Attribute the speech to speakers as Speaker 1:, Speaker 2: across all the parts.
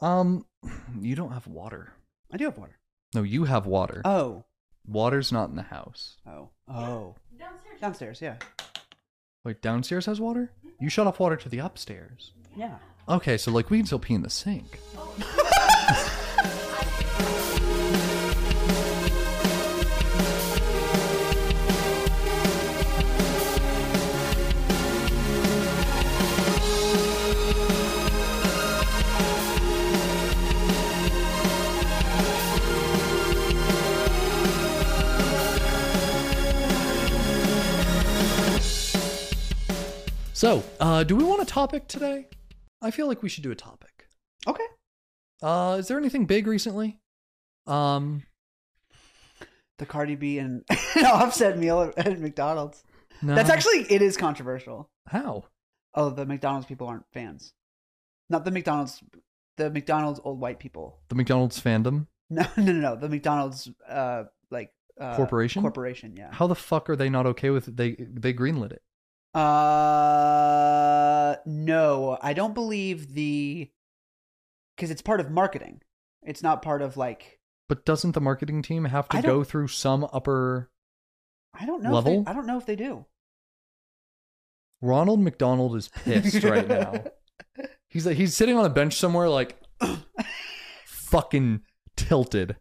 Speaker 1: Um, you don't have water.
Speaker 2: I do have water.
Speaker 1: No, you have water.
Speaker 2: Oh.
Speaker 1: Water's not in the house.
Speaker 2: Oh. Oh.
Speaker 3: Downstairs.
Speaker 2: Downstairs, yeah.
Speaker 1: Wait, downstairs has water? You shut off water to the upstairs.
Speaker 2: Yeah.
Speaker 1: Okay, so like we can still pee in the sink. So, uh, do we want a topic today? I feel like we should do a topic.
Speaker 2: Okay.
Speaker 1: Uh, is there anything big recently? Um,
Speaker 2: The Cardi B and offset meal at, at McDonald's.
Speaker 1: no.
Speaker 2: That's actually it is controversial.
Speaker 1: how.
Speaker 2: Oh, the McDonald's people aren't fans. Not the McDonald's the McDonald's old white people.
Speaker 1: The McDonald's fandom.
Speaker 2: No, no, no, no. The McDonald's uh like uh,
Speaker 1: Corporation?
Speaker 2: Corporation, yeah.
Speaker 1: How the fuck are they not okay with it? They they greenlit it.
Speaker 2: Uh, no, I don't believe the because it's part of marketing. It's not part of like
Speaker 1: But doesn't the marketing team have to
Speaker 2: I
Speaker 1: go
Speaker 2: don't-
Speaker 1: through some upper
Speaker 2: I don't know.
Speaker 1: Level?
Speaker 2: If they, I don't know if they do.
Speaker 1: Ronald McDonald is pissed right now. He's like he's sitting on a bench somewhere like fucking tilted.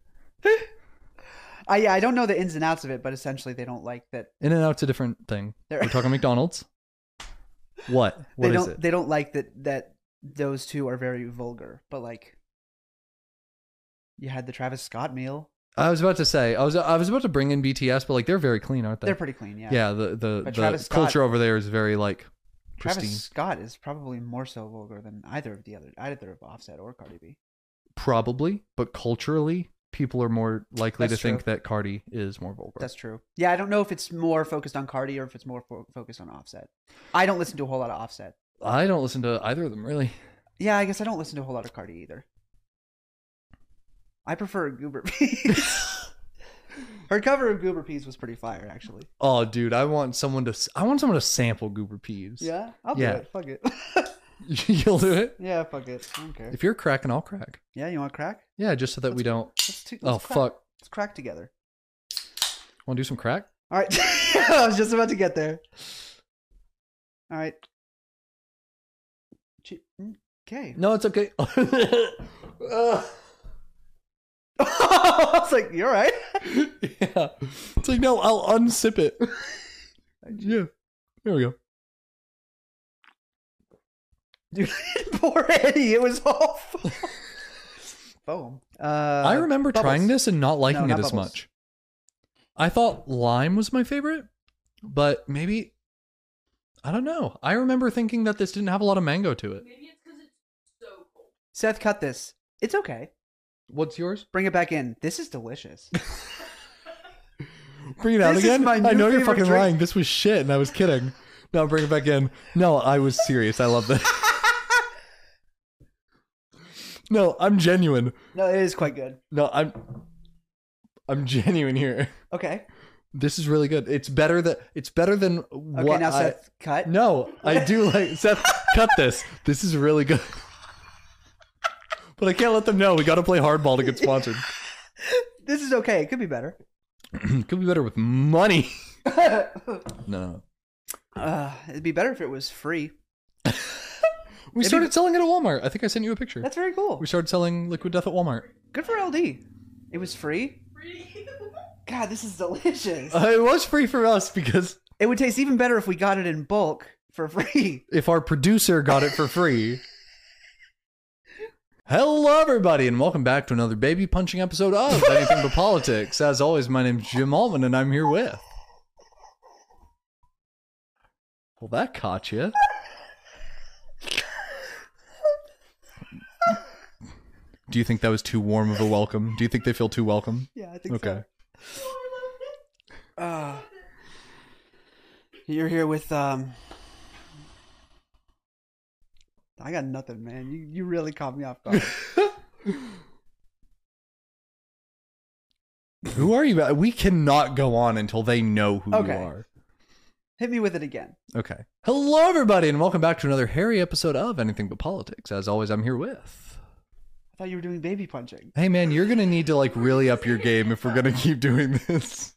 Speaker 2: I yeah, I don't know the ins and outs of it, but essentially they don't like that.
Speaker 1: In and out's a different thing.
Speaker 2: They're,
Speaker 1: We're talking McDonald's. What?
Speaker 2: they
Speaker 1: What is
Speaker 2: don't
Speaker 1: it?
Speaker 2: they don't like that that those two are very vulgar. But like, you had the Travis Scott meal.
Speaker 1: I was about to say I was I was about to bring in BTS, but like they're very clean, aren't they?
Speaker 2: They're pretty clean, yeah.
Speaker 1: yeah. the the,
Speaker 2: But
Speaker 1: the
Speaker 2: Travis Scott-
Speaker 1: culture over there is very like
Speaker 2: Travis
Speaker 1: pristine.
Speaker 2: Scott is probably more so vulgar than either of the other either of Offset or Cardi B.
Speaker 1: Probably, but culturally, people are more likely
Speaker 2: That's
Speaker 1: to think
Speaker 2: true.
Speaker 1: that Cardi is more vulgar.
Speaker 2: That's true. Yeah, I don't know if it's more focused on Cardi or if it's more fo- focused on Offset. I don't listen to a whole lot of Offset.
Speaker 1: I don't listen to either of them really.
Speaker 2: Yeah, I guess I don't listen to a whole lot of Cardi either. I prefer Goober Peas. Her cover of Goober Peas was pretty fire, actually.
Speaker 1: Oh, dude, I want someone to s- I want someone to sample Goober Peas.
Speaker 2: Yeah, I'll
Speaker 1: Yeah.
Speaker 2: do it. Fuck it.
Speaker 1: You'll do it.
Speaker 2: yeah, fuck it. I don't care.
Speaker 1: If you're cracking, I'll crack.
Speaker 2: Yeah, you want crack?
Speaker 1: Yeah, just so that we don't.
Speaker 2: Let's t-
Speaker 1: Oh
Speaker 2: let's crack.
Speaker 1: fuck!
Speaker 2: Let's crack together.
Speaker 1: Want to do some crack?
Speaker 2: All right. I was just about to get there. All right. mm, Okay.
Speaker 1: No, it's okay. Ugh.
Speaker 2: I was like, you're right.
Speaker 1: yeah, it's like no, I'll unsip it. yeah, there we go.
Speaker 2: Dude, poor Eddie. It was all foam. foam. Uh,
Speaker 1: I remember
Speaker 2: bubbles.
Speaker 1: trying this and not liking
Speaker 2: No, not
Speaker 1: it as
Speaker 2: bubbles.
Speaker 1: much. I thought lime was my favorite, but maybe I don't know. I remember thinking that this didn't have a lot of mango to it.
Speaker 3: Maybe it's because it's so cold.
Speaker 2: Seth, cut this. It's okay.
Speaker 1: What's yours?
Speaker 2: Bring it back in. This is delicious.
Speaker 1: Bring it out
Speaker 2: This is
Speaker 1: again.
Speaker 2: my
Speaker 1: I
Speaker 2: new
Speaker 1: know you're
Speaker 2: favorite
Speaker 1: fucking
Speaker 2: drink.
Speaker 1: lying. This was shit, and I was kidding. No, bring it back in. No, I was serious. I love this. no, I'm genuine.
Speaker 2: no, it is quite good.
Speaker 1: No, I'm I'm genuine here.
Speaker 2: Okay.
Speaker 1: This is really good. It's better that it's better than
Speaker 2: Okay,
Speaker 1: what
Speaker 2: now
Speaker 1: I-
Speaker 2: Seth, cut.
Speaker 1: No, I do like Seth. cut this. This is really good. But I can't let them know. We got to play hardball to get sponsored.
Speaker 2: This is okay. It could be better.
Speaker 1: Could be better with money. No,
Speaker 2: uh, it'd be better if it was free.
Speaker 1: we
Speaker 2: Maybe-
Speaker 1: started selling it at Walmart. I think I sent you a picture.
Speaker 2: That's very cool.
Speaker 1: We started selling Liquid Death at Walmart.
Speaker 2: Good for LD. It was free.
Speaker 3: Free.
Speaker 2: God, this is delicious.
Speaker 1: Uh, it was free for us because
Speaker 2: it would taste even better if we got it in bulk for free.
Speaker 1: if our producer got it for free. Hello, everybody, and welcome back to another baby punching episode of Anything But Politics. As always, my name's Jim Alman, and I'm here with. Well, that caught you. Do you think that was too warm of a welcome? Do you think they feel too welcome?
Speaker 2: Yeah, I think
Speaker 1: Okay.
Speaker 2: so. Uh, you're here with um. I got nothing, man. You you really caught me off guard.
Speaker 1: Who are you? We cannot go on until they know who
Speaker 2: Okay.
Speaker 1: you are.
Speaker 2: Hit me with it again.
Speaker 1: Okay. Hello, everybody, and welcome back to another hairy episode of Anything But Politics. As always, I'm here with.
Speaker 2: I thought you were doing baby punching.
Speaker 1: Hey man, you're gonna need to like really up your game if we're gonna keep doing this.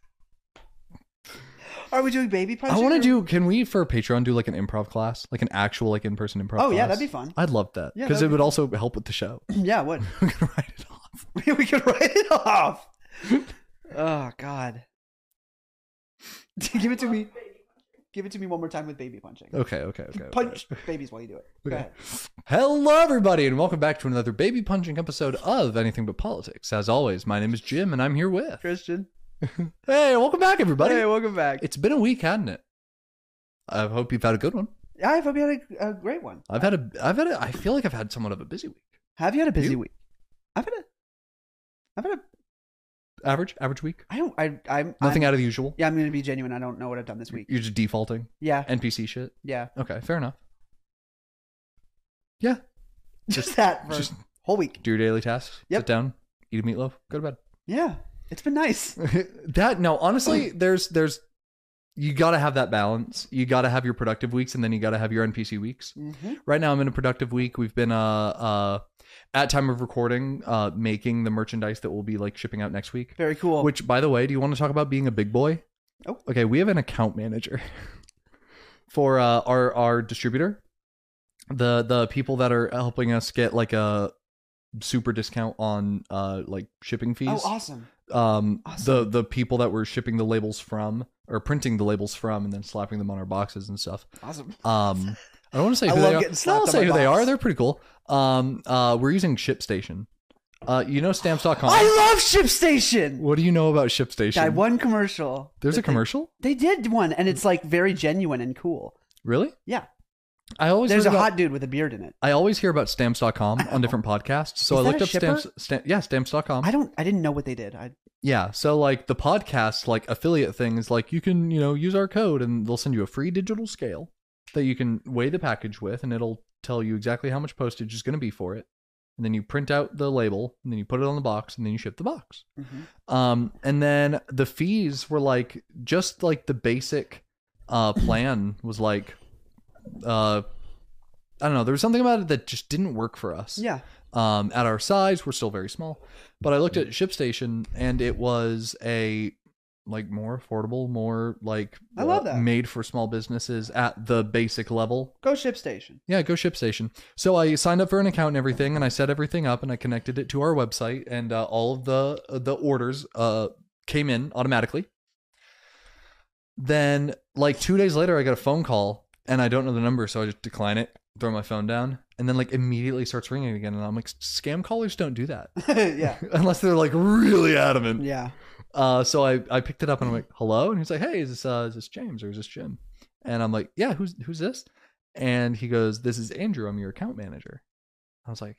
Speaker 2: Are we doing baby punching?
Speaker 1: I want
Speaker 2: or-
Speaker 1: to do. Can we for Patreon do like an improv class, like an actual like in person improv?
Speaker 2: Oh yeah,
Speaker 1: class?
Speaker 2: that'd be fun.
Speaker 1: I'd love that
Speaker 2: Yeah,
Speaker 1: because
Speaker 2: that'd
Speaker 1: it
Speaker 2: be
Speaker 1: would also help with the show.
Speaker 2: yeah, what?
Speaker 1: we could write it off.
Speaker 2: we could write it off. oh God. Give it to me. Give it to me one more time with baby punching.
Speaker 1: Okay, okay, okay. okay.
Speaker 2: Punch babies while you do it. Go
Speaker 1: Okay.
Speaker 2: ahead.
Speaker 1: Hello, everybody, and welcome back to another baby punching episode of Anything But Politics. As always, my name is Jim, and I'm here with.
Speaker 2: Christian.
Speaker 1: Hey, welcome back, everybody.
Speaker 2: Hey, welcome back.
Speaker 1: It's been a week, hasn't it? I hope you've had a good one.
Speaker 2: I hope you had a, a great one.
Speaker 1: I've had a. I've had a. I feel like I've had somewhat of a busy week.
Speaker 2: Have you had a busy
Speaker 1: You?
Speaker 2: week? I've had a. I've had a.
Speaker 1: Average, average week.
Speaker 2: I don't. I. I'm.
Speaker 1: Nothing
Speaker 2: I'm,
Speaker 1: out of the usual.
Speaker 2: Yeah, I'm gonna be genuine. I don't know what I've done this week.
Speaker 1: You're just defaulting
Speaker 2: Yeah.
Speaker 1: NPC shit.
Speaker 2: Yeah.
Speaker 1: Okay, fair enough. Yeah,
Speaker 2: Just, that for
Speaker 1: just
Speaker 2: whole week.
Speaker 1: do your daily tasks.
Speaker 2: Yep.
Speaker 1: Sit down, eat a meatloaf, go to bed.
Speaker 2: Yeah. It's been nice.
Speaker 1: that no honestly there's there's you gotta have that balance you gotta have your productive weeks and then you gotta have your npc weeks
Speaker 2: Mm-hmm.
Speaker 1: right now i'm in a productive week we've been uh uh at time of recording uh making the merchandise that we'll be like shipping out next week
Speaker 2: Very cool.
Speaker 1: which by the way do you want to talk about being a big boy
Speaker 2: Oh.
Speaker 1: okay we have an account manager for uh our our distributor the the people that are helping us get like a super discount on uh like shipping fees
Speaker 2: oh, awesome.
Speaker 1: um the
Speaker 2: Awesome.
Speaker 1: the people that were shipping the labels from or printing the labels from and then slapping them on our boxes and stuff
Speaker 2: Awesome.
Speaker 1: um i don't want to say
Speaker 2: I
Speaker 1: who
Speaker 2: love
Speaker 1: they are
Speaker 2: getting
Speaker 1: no,
Speaker 2: slapped
Speaker 1: i'll
Speaker 2: on
Speaker 1: say
Speaker 2: my
Speaker 1: who they
Speaker 2: box.
Speaker 1: are they're pretty cool um uh we're using shipstation uh you know stamps.com
Speaker 2: I love ShipStation.
Speaker 1: what do you know about shipstation
Speaker 2: That one commercial.
Speaker 1: there's
Speaker 2: that
Speaker 1: a Mm-hmm. commercial
Speaker 2: They, they did one, and it's like very genuine and cool.
Speaker 1: really
Speaker 2: Yeah.
Speaker 1: i always
Speaker 2: There's a
Speaker 1: heard about-
Speaker 2: hot dude with a beard in it.
Speaker 1: i always hear about stamps.com on different podcasts so
Speaker 2: Is
Speaker 1: i
Speaker 2: that
Speaker 1: looked
Speaker 2: a
Speaker 1: up
Speaker 2: shipper?
Speaker 1: stamps stamp, yeah stamps.com
Speaker 2: I don't. I didn't know what they did. I
Speaker 1: Yeah. So like the podcast like affiliate thing is like you can, you know, use our code and they'll send you a free digital scale that you can weigh the package with and it'll tell you exactly how much postage is going to be for it. And then you print out the label and then you put it on the box and then you ship the box.
Speaker 2: Mhm.
Speaker 1: Um and then the fees were like just like the basic uh plan was like uh I don't know, there was something about it that just didn't work for us
Speaker 2: yeah.
Speaker 1: um, at our size we're still very small but i looked at shipstation and it was a like more affordable more like uh,
Speaker 2: I love that.
Speaker 1: made for small businesses at the basic level
Speaker 2: Go ShipStation.
Speaker 1: yeah go shipstation so i signed up for an account and everything and i set everything up and i connected it to our website and uh, all of the uh, the orders uh, came in automatically then like two days later i got a phone call and i don't know the number so i just decline it throw my phone down and then like immediately starts ringing again and i'm like scam callers don't do that
Speaker 2: yeah.
Speaker 1: unless they're like really adamant
Speaker 2: Yeah.
Speaker 1: uh, so I, I picked it up and I'm like, hello? And he's like, hey, is this, uh, is this James or is this Jim? And I'm like, yeah, who's, who's this? And he goes, this is Andrew. I'm your account manager. I was like,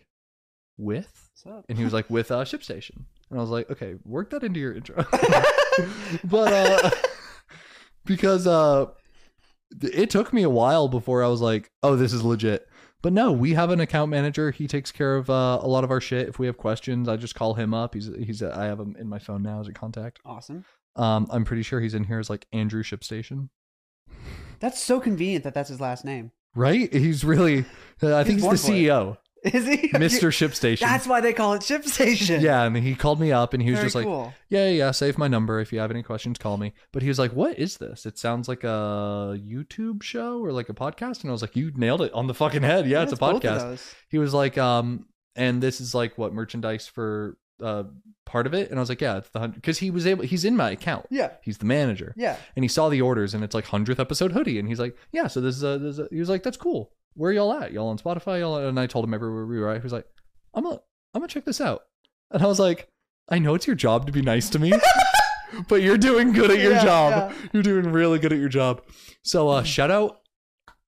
Speaker 1: with?
Speaker 2: What's up?
Speaker 1: And he was like, with uh, ShipStation. And I was like, okay, work that into your intro. but uh, because uh, th- it took me a while before I was like, oh, this is legit. But no, we have an account manager. He takes care of uh, a lot of our shit. If we have questions, I just call him up. He's he's I have him in my phone now as a contact.
Speaker 2: awesome.
Speaker 1: Um, I'm pretty sure he's in here as like Andrew Shipstation,
Speaker 2: That's so convenient that that's his last name.
Speaker 1: right? He's really, uh, I think
Speaker 2: He's
Speaker 1: he's,
Speaker 2: born for
Speaker 1: the
Speaker 2: it.
Speaker 1: CEO,
Speaker 2: Is he
Speaker 1: Mister Shipstation.
Speaker 2: That's why they call it ShipStation.
Speaker 1: yeah, and he called me up and he was
Speaker 2: Very
Speaker 1: just like,
Speaker 2: cool.
Speaker 1: yeah, yeah, yeah, save my number. If you have any questions, call me. But he was like, what is this? It sounds like a YouTube show or like a podcast. And I was like, you nailed it on the fucking head. Yeah, it's a
Speaker 2: both of
Speaker 1: podcast.
Speaker 2: those.
Speaker 1: He was like, um, and this is like what merchandise for uh part of it. And I was like, yeah, it's the hundred because he was able. He's in my account.
Speaker 2: Yeah.
Speaker 1: He's the manager.
Speaker 2: Yeah.
Speaker 1: And he saw the orders, and it's like hundredth episode hoodie. And he's like, yeah, so this is a, this is a he was like, that's cool. Where y'all at? Y'all on Spotify? Y'all? And I told him everywhere we were. at. He was like, I'm gonna I'm gonna check this out. And I was like, I know it's your job to be nice to me, but you're doing good at your
Speaker 2: Yeah, Mm-hmm.
Speaker 1: job. You're doing really good at your job. So uh, shout out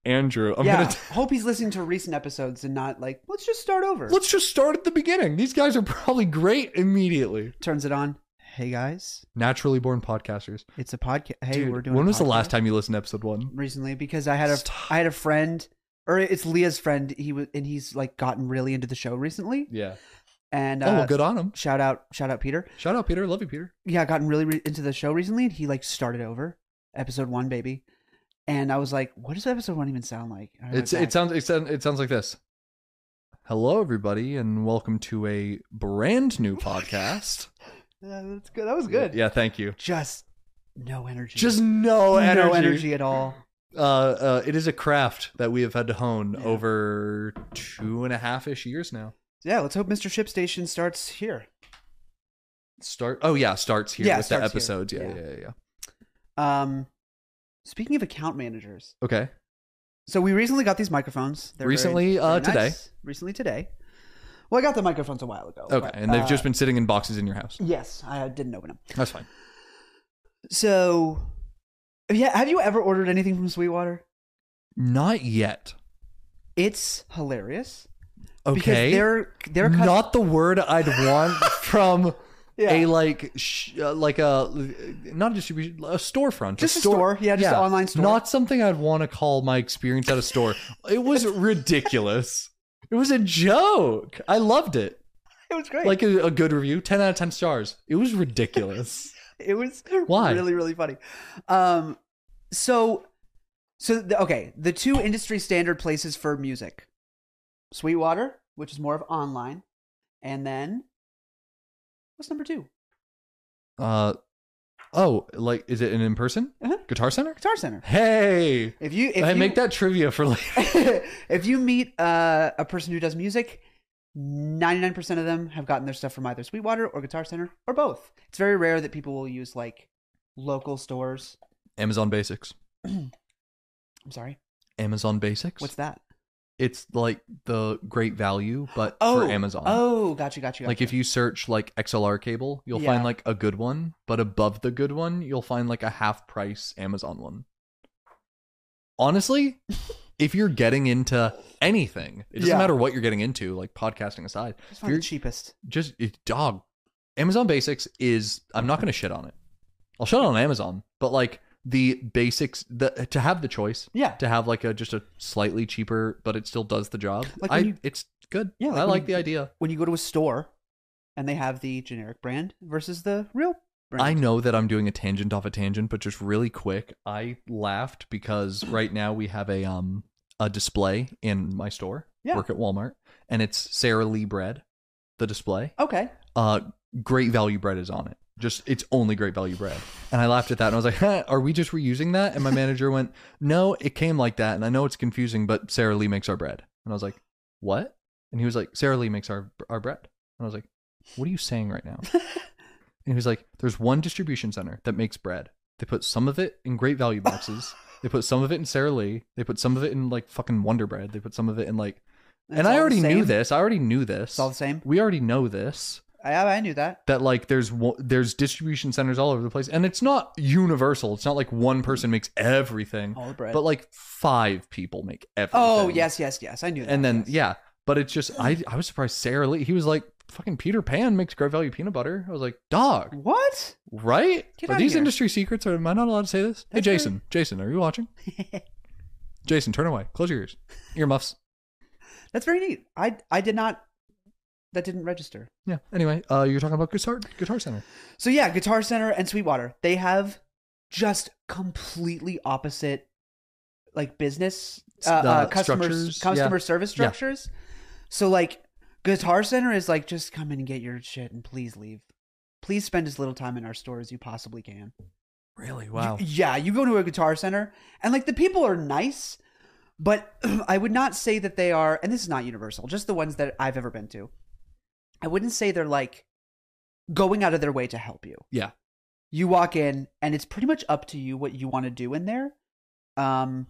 Speaker 1: Andrew. I'm
Speaker 2: yeah.
Speaker 1: gonna. T-
Speaker 2: Hope he's listening to recent episodes and not like, let's just start over.
Speaker 1: Let's just start at the beginning. These guys are probably great immediately.
Speaker 2: Turns it on. Hey guys,
Speaker 1: Naturally born podcasters.
Speaker 2: it's a podcast. Hey,
Speaker 1: Dude,
Speaker 2: we're doing.
Speaker 1: when
Speaker 2: a
Speaker 1: was the last
Speaker 2: podcast
Speaker 1: time you listened to episode one?
Speaker 2: Recently, because I had a
Speaker 1: Stop.
Speaker 2: I had a friend, or it's Leah's friend. He was and he's like gotten really into the show recently.
Speaker 1: Yeah.
Speaker 2: And uh,
Speaker 1: oh, well, good on him.
Speaker 2: shout out, shout out, Peter.
Speaker 1: Shout out Peter. Love you, Peter.
Speaker 2: yeah, gotten really re- into the show recently, and he like started over episode one, baby. And I was like, what does episode one even sound like? And I went
Speaker 1: It's it
Speaker 2: back.
Speaker 1: sounds it sounds it sounds like this. Hello, everybody, and welcome to a brand new podcast.
Speaker 2: Yeah, that's good. That was good.
Speaker 1: Yeah, thank you.
Speaker 2: Just no energy.
Speaker 1: Just no
Speaker 2: no
Speaker 1: energy.
Speaker 2: energy, at all.
Speaker 1: Uh, uh, it is a craft that we have had to hone
Speaker 2: Yeah.
Speaker 1: over two and a half ish years now.
Speaker 2: Yeah, let's hope Mr. Ship Station starts here.
Speaker 1: Start. Oh yeah, starts here
Speaker 2: Yeah,
Speaker 1: with the
Speaker 2: starts here.
Speaker 1: episodes. Yeah,
Speaker 2: Yeah.
Speaker 1: yeah, yeah, yeah.
Speaker 2: Um, speaking of account managers,
Speaker 1: Okay.
Speaker 2: so we recently got these microphones. very-
Speaker 1: Recently, uh, today.
Speaker 2: nice. Recently today. Well, I got the microphones a while ago.
Speaker 1: Okay,
Speaker 2: but,
Speaker 1: and they've
Speaker 2: uh,
Speaker 1: just been sitting in boxes in your house.
Speaker 2: Yes, I didn't open them.
Speaker 1: That's fine.
Speaker 2: So, yeah, have you ever ordered anything from Sweetwater?
Speaker 1: Not yet.
Speaker 2: It's hilarious because
Speaker 1: Okay.
Speaker 2: they're they're cut-
Speaker 1: not the word I'd want from
Speaker 2: yeah,
Speaker 1: a like sh- uh, like a not a distribution a storefront
Speaker 2: just a store, yeah, just an online store.
Speaker 1: not something I'd want to call my experience at a store it was ridiculous it was a joke I loved it
Speaker 2: it was great.
Speaker 1: like a, a good review 10 out of 10 stars it was ridiculous
Speaker 2: it was
Speaker 1: Why?
Speaker 2: really really funny um so so the, okay the two industry standard places for music sweetwater which is more of online and then what's number two
Speaker 1: uh oh like is it an in person
Speaker 2: Uh-huh.
Speaker 1: guitar center
Speaker 2: guitar center
Speaker 1: hey
Speaker 2: if you if
Speaker 1: I
Speaker 2: you,
Speaker 1: make that trivia for later
Speaker 2: if you meet uh, a person who does music 99% of them have gotten their stuff from either sweetwater or guitar center or both it's very rare that people will use like local stores
Speaker 1: Amazon Basics
Speaker 2: i'm sorry
Speaker 1: Amazon Basics
Speaker 2: what's that
Speaker 1: it's like the great value but
Speaker 2: oh
Speaker 1: for Amazon
Speaker 2: oh gotcha gotcha, gotcha.
Speaker 1: Like if you search like XLR cable, you'll
Speaker 2: Yeah.
Speaker 1: find like a good one, but above the good one, you'll find like a half price Amazon one. Honestly, if you're getting into anything, it doesn't
Speaker 2: Yeah.
Speaker 1: matter what you're getting into, like podcasting aside,
Speaker 2: Just find the
Speaker 1: you're-
Speaker 2: cheapest.
Speaker 1: just it, dog. Amazon Basics is I'm not going to shit on it. I'll shit on Amazon, but like the basics the to have the choice
Speaker 2: Yeah.
Speaker 1: to have like a just a slightly cheaper but it still does the job.
Speaker 2: Like
Speaker 1: I
Speaker 2: when you-
Speaker 1: it's good.
Speaker 2: Yeah,
Speaker 1: Yeah,
Speaker 2: like
Speaker 1: I
Speaker 2: when
Speaker 1: like
Speaker 2: you-
Speaker 1: the idea.
Speaker 2: When you go to a store and they have the generic brand versus the real brand.
Speaker 1: I know that I'm doing a tangent off a tangent, but just really quick, I laughed because right now we have a um a display in my store.
Speaker 2: Yeah.
Speaker 1: Work at Walmart, and it's Sara Lee bread, the display.
Speaker 2: Okay.
Speaker 1: Uh, great value bread is on it. Just it's only great value bread. And I laughed at that, and I was like, huh, "Are we just reusing that?" And my manager went, "No, it came like that, and I know it's confusing, but Sara Lee makes our bread." And I was like, "What?" And he was like, "Sara Lee makes our our bread." And I was like, "What are you saying right now?" And he was like, there's one distribution center that makes bread. They put some of it in great value boxes. they put some of it in Sara Lee. They put some of it in like fucking Wonder Bread. They put some of it in like.
Speaker 2: It's
Speaker 1: and
Speaker 2: all
Speaker 1: I
Speaker 2: the
Speaker 1: already knew
Speaker 2: same.
Speaker 1: this. I already knew this.
Speaker 2: It's all the same.
Speaker 1: we already know this
Speaker 2: I, I knew that.
Speaker 1: that like there's wo- there's distribution centers all over the place, and it's not universal. It's not like one person makes everything,
Speaker 2: All the bread.
Speaker 1: but like five people make everything.
Speaker 2: oh, yes, yes, yes. I knew that.
Speaker 1: And then
Speaker 2: yes.
Speaker 1: yeah, but it's just I I was surprised Sara Lee. He was like fucking Peter Pan makes great value peanut butter. I was like dog.
Speaker 2: What?
Speaker 1: Right?
Speaker 2: Get
Speaker 1: are
Speaker 2: outta
Speaker 1: these
Speaker 2: here.
Speaker 1: industry secrets? Or am I not allowed to say this?
Speaker 2: That's
Speaker 1: hey,
Speaker 2: very-
Speaker 1: Jason. Jason, are you watching? Jason, turn away. Close your ears. Earmuffs.
Speaker 2: That's very neat. I I did not that didn't register.
Speaker 1: Yeah. Anyway, uh, you're talking about Guitar Guitar Center.
Speaker 2: So yeah, Guitar Center and Sweetwater, they have just completely opposite like business uh,
Speaker 1: the
Speaker 2: uh, customers
Speaker 1: structures, yeah.
Speaker 2: customer service
Speaker 1: Yeah.
Speaker 2: structures. So like Guitar Center is like just come in and get your shit and please leave. Please spend as little time in our store as you possibly can.
Speaker 1: Really?
Speaker 2: You- yeah, you go to a Guitar Center and like the people are nice, but I would not say that they are and this is not universal, just the ones that I've ever been to. I wouldn't say they're like going out of their way to help you
Speaker 1: Yeah.
Speaker 2: you walk in and it's pretty much up to you what you want to do in there um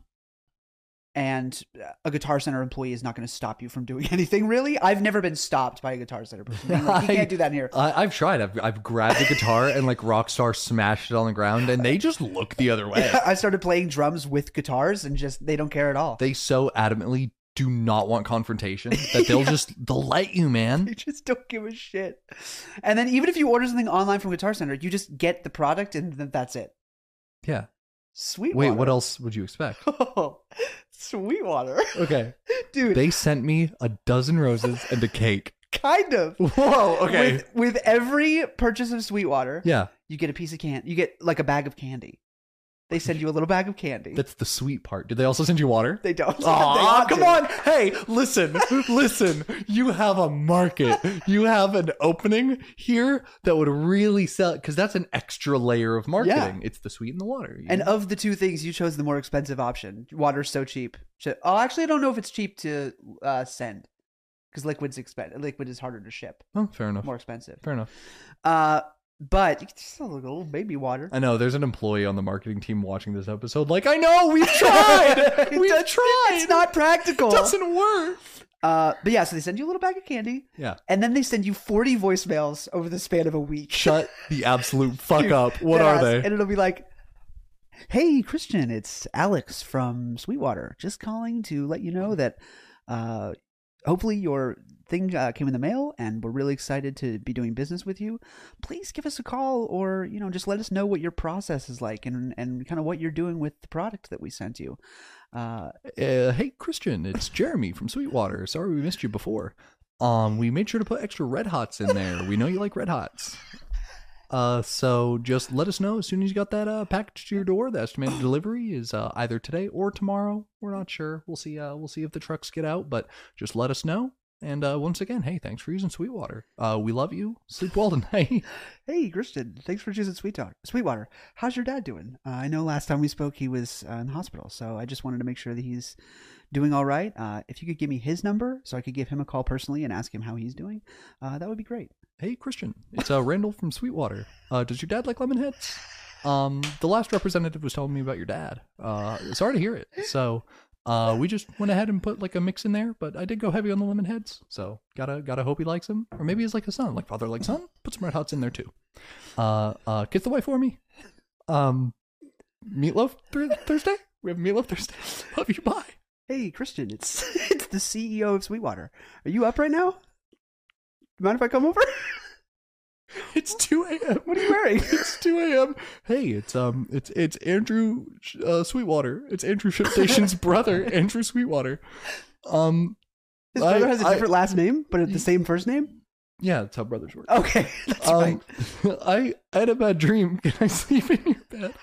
Speaker 2: and a guitar center employee is not going to stop you from doing anything really i've never been stopped by a guitar center person being like, you can't do that in here
Speaker 1: I, I've tried. I've, I've grabbed a guitar and like Rockstar smashed it on the ground, and they just look the other way.
Speaker 2: i started playing drums with guitars and just they don't care at all
Speaker 1: They so adamantly do not want confrontation that they'll just they'll let you,
Speaker 2: they
Speaker 1: man.
Speaker 2: just don't give a shit and then even if you order something online from guitar center you just get the product and th- that's it
Speaker 1: Yeah.
Speaker 2: sweet
Speaker 1: Wait, what else would you expect?
Speaker 2: else sweetwater
Speaker 1: Okay.
Speaker 2: dude
Speaker 1: They sent me a dozen roses and a cake.
Speaker 2: kind of
Speaker 1: Whoa.
Speaker 2: With, with every purchase of Sweetwater,
Speaker 1: yeah.
Speaker 2: you get a piece of can. You get like a bag of candy. They send you a little bag of candy.
Speaker 1: That's the sweet part. Did they also send you water?
Speaker 2: they don't. They
Speaker 1: Aw,
Speaker 2: ought
Speaker 1: come
Speaker 2: to.
Speaker 1: on. Hey, listen, listen. You have a market. You have an opening here that would really sell because that's an extra layer of marketing. It's the sweet and the water. you
Speaker 2: And uh,
Speaker 1: know?
Speaker 2: of the two things, you chose the more expensive option. Water's so cheap. Sh- Oh, actually, I don't know if it's cheap to uh, send because liquid's expen- liquid is harder to ship,
Speaker 1: Oh, fair enough.
Speaker 2: more expensive.
Speaker 1: Fair enough.
Speaker 2: Uh, but you can just sell a little baby water.
Speaker 1: I know there's an employee on the marketing team watching this episode. Like, I know we tried.
Speaker 2: It
Speaker 1: we
Speaker 2: does-
Speaker 1: tried.
Speaker 2: It's not practical.
Speaker 1: It doesn't work.
Speaker 2: Uh, but yeah, so they send you a little bag of candy.
Speaker 1: Yeah.
Speaker 2: And then they send you 40 voicemails over the span of a week.
Speaker 1: Shut the absolute fuck
Speaker 2: Dude,
Speaker 1: up. What
Speaker 2: Dead
Speaker 1: are
Speaker 2: ass.
Speaker 1: they?
Speaker 2: And it'll be like, "Hey, Christian, it's Alex from Sweetwater. Just calling to let you know that uh, hopefully your thing uh, came in the mail, and we're really excited to be doing business with you. Please give us a call, or you know, just let us know what your process is like and and kind of what you're doing with the product that we sent you. Uh,
Speaker 1: uh, hey christian it's jeremy from sweetwater sorry we missed you before um we made sure to put extra red hots in there we know you like red hots uh so just let us know as soon as you got that uh package to your door the estimated delivery is uh either today or tomorrow we're not sure we'll see uh we'll see if the trucks get out but just let us know and uh once again hey thanks for using sweetwater uh we love you sleep well tonight
Speaker 2: hey, Christian, thanks for choosing Sweet Talk- Sweetwater. How's your dad doing? Uh, I know last time we spoke, he was uh, in the hospital, so I just wanted to make sure that he's doing all right. Uh, if you could give me his number so I could give him a call personally and ask him how he's doing, uh, that would be great.
Speaker 1: Hey Christian, it's uh, Randall from Sweetwater. Uh, does your dad like lemon heads? Um, the last representative was telling me about your dad. Uh, sorry to hear it. So, uh, we just went ahead and put like a mix in there, but I did go heavy on the lemon heads. So gotta gotta hope he likes them, or maybe he's like a son, like father like son. Put some red hots in there too. Uh, uh, kiss the wife for me. Um, meatloaf th- Thursday. We have meatloaf Thursday. Love you. Bye.
Speaker 2: Hey, Christian, it's it's the CEO of Sweetwater. Are you up right now? Mind if I come over?
Speaker 1: It's two a.m.
Speaker 2: What are you wearing?
Speaker 1: it's 2 a.m. Hey, it's um, it's it's Andrew uh, Sweetwater. It's Andrew Shipstation's brother, Andrew Sweetwater. Um,
Speaker 2: His
Speaker 1: I-
Speaker 2: brother has a
Speaker 1: I-
Speaker 2: different last name, but it's the same first name.
Speaker 1: yeah, that's how brothers work.
Speaker 2: Okay, Oh, that's right.
Speaker 1: um, I, I had a bad dream. Can I sleep in your bed?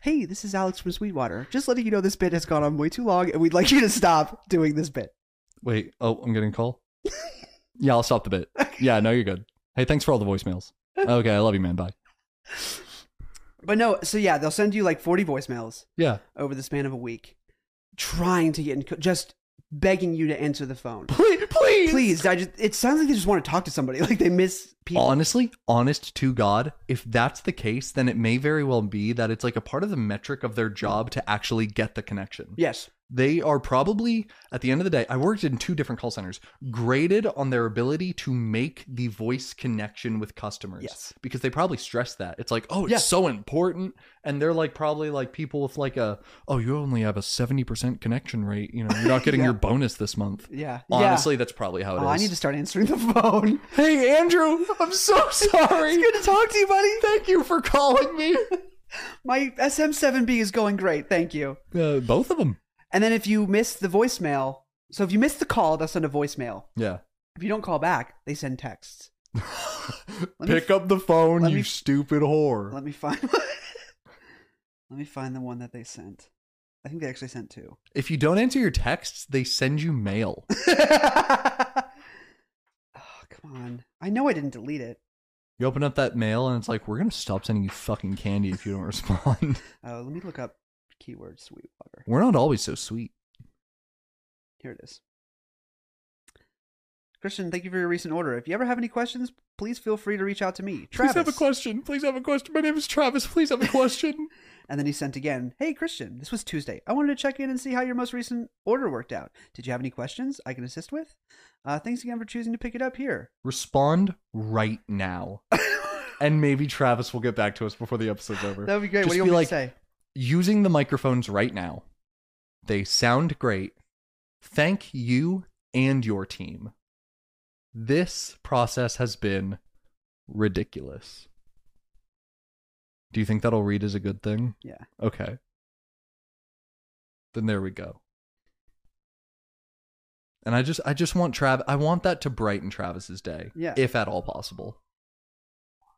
Speaker 2: Hey, this is Alex from Sweetwater. Just letting you know this bit has gone on way too long, and we'd like you to stop doing this bit.
Speaker 1: Wait. Oh, I'm getting a call. Yeah, I'll stop the bit. Yeah, no, you're good. Hey, thanks for all the voicemails. Okay, I love you, man. Bye.
Speaker 2: But no, so yeah, they'll send you like 40 voicemails
Speaker 1: Yeah,
Speaker 2: over the span of a week, trying to get in, co- just begging you to answer the phone.
Speaker 1: please, please,
Speaker 2: Please, I just, it sounds like they just want to talk to somebody. Like they miss people.
Speaker 1: Honestly, honest to God, if that's the case, then it may very well be that it's like a part of the metric of their job to actually get the connection.
Speaker 2: yes.
Speaker 1: They are probably, at the end of the day, I worked in two different call centers, graded on their ability to make the voice connection with customers.
Speaker 2: Yes.
Speaker 1: Because they probably stress that. It's like, oh, it's
Speaker 2: Yeah.
Speaker 1: so important. And they're like, probably like people with like a, oh, you only have a 70% connection rate. You know, you're not getting
Speaker 2: Yeah.
Speaker 1: your bonus this month.
Speaker 2: Yeah.
Speaker 1: Honestly, that's probably how it
Speaker 2: Yeah.
Speaker 1: is.
Speaker 2: Oh, I need to start answering the phone.
Speaker 1: Hey, Andrew, I'm so sorry.
Speaker 2: It's good to talk to you, buddy.
Speaker 1: Thank you for calling me.
Speaker 2: My SM7B is going great. Thank you.
Speaker 1: Uh, both of them.
Speaker 2: And then if you miss the voicemail, so if you miss the call, they'll send a voicemail.
Speaker 1: Yeah.
Speaker 2: If you don't call back, they send texts. Let me
Speaker 1: Pick up the phone,
Speaker 2: let
Speaker 1: you
Speaker 2: me-
Speaker 1: stupid whore.
Speaker 2: Let me find. let me find the one that they sent. I think they actually sent two.
Speaker 1: If you don't answer your texts, they send you mail.
Speaker 2: oh, come on! I know I didn't delete it.
Speaker 1: You open up that mail and it's like, we're going to stop sending you fucking candy if you don't respond.
Speaker 2: Oh, let me look up keyword Sweetwater.
Speaker 1: we're not always so sweet.
Speaker 2: Here it is. Christian, thank you for your recent order. If you ever have any questions, please feel free to reach out to me, Travis.
Speaker 1: question. Please have a question. My name is Travis. Please have a question.
Speaker 2: And then he sent again, Hey Christian, this was Tuesday. I wanted to check in and see how your most recent order worked out. Did you have any questions I can assist with? Uh, thanks again for choosing to pick it up here.
Speaker 1: respond right now. and maybe Travis will get back to us before the episode's over.
Speaker 2: That would be great. what
Speaker 1: Just
Speaker 2: do you
Speaker 1: be
Speaker 2: want me
Speaker 1: like,
Speaker 2: to say?
Speaker 1: using the microphones right now. They sound great. Thank you and your team. This process has been ridiculous. Do you think that'll read as a good thing?
Speaker 2: Yeah.
Speaker 1: Okay. Then there we go. And I just I just want Trav I want that to brighten Travis's day.
Speaker 2: Yeah.
Speaker 1: If at all possible.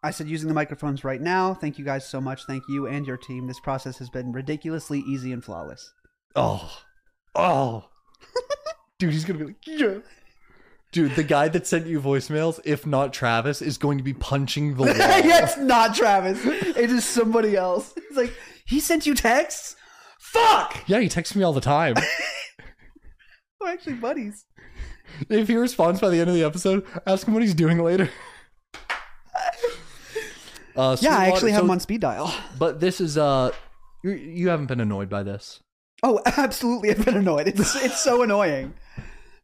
Speaker 2: I said using the microphones right now. Thank you guys so much. Thank you and your team. This process has been ridiculously easy and flawless.
Speaker 1: Oh, oh, dude, he's gonna be like, yeah. Dude, the guy that sent you voicemails, if not Travis, is going to be punching the wall.
Speaker 2: yeah, it's not Travis. It is somebody else. It's like he sent you texts. Fuck.
Speaker 1: Yeah, he texts me all the time.
Speaker 2: We're actually buddies.
Speaker 1: if he responds by the end of the episode, ask him what he's doing later. Uh,
Speaker 2: Yeah, I
Speaker 1: Sweetwater-
Speaker 2: actually have
Speaker 1: so-
Speaker 2: him on speed dial.
Speaker 1: But this is uh, you, you haven't been annoyed by this.
Speaker 2: Oh, absolutely. I've been annoyed. It's it's so annoying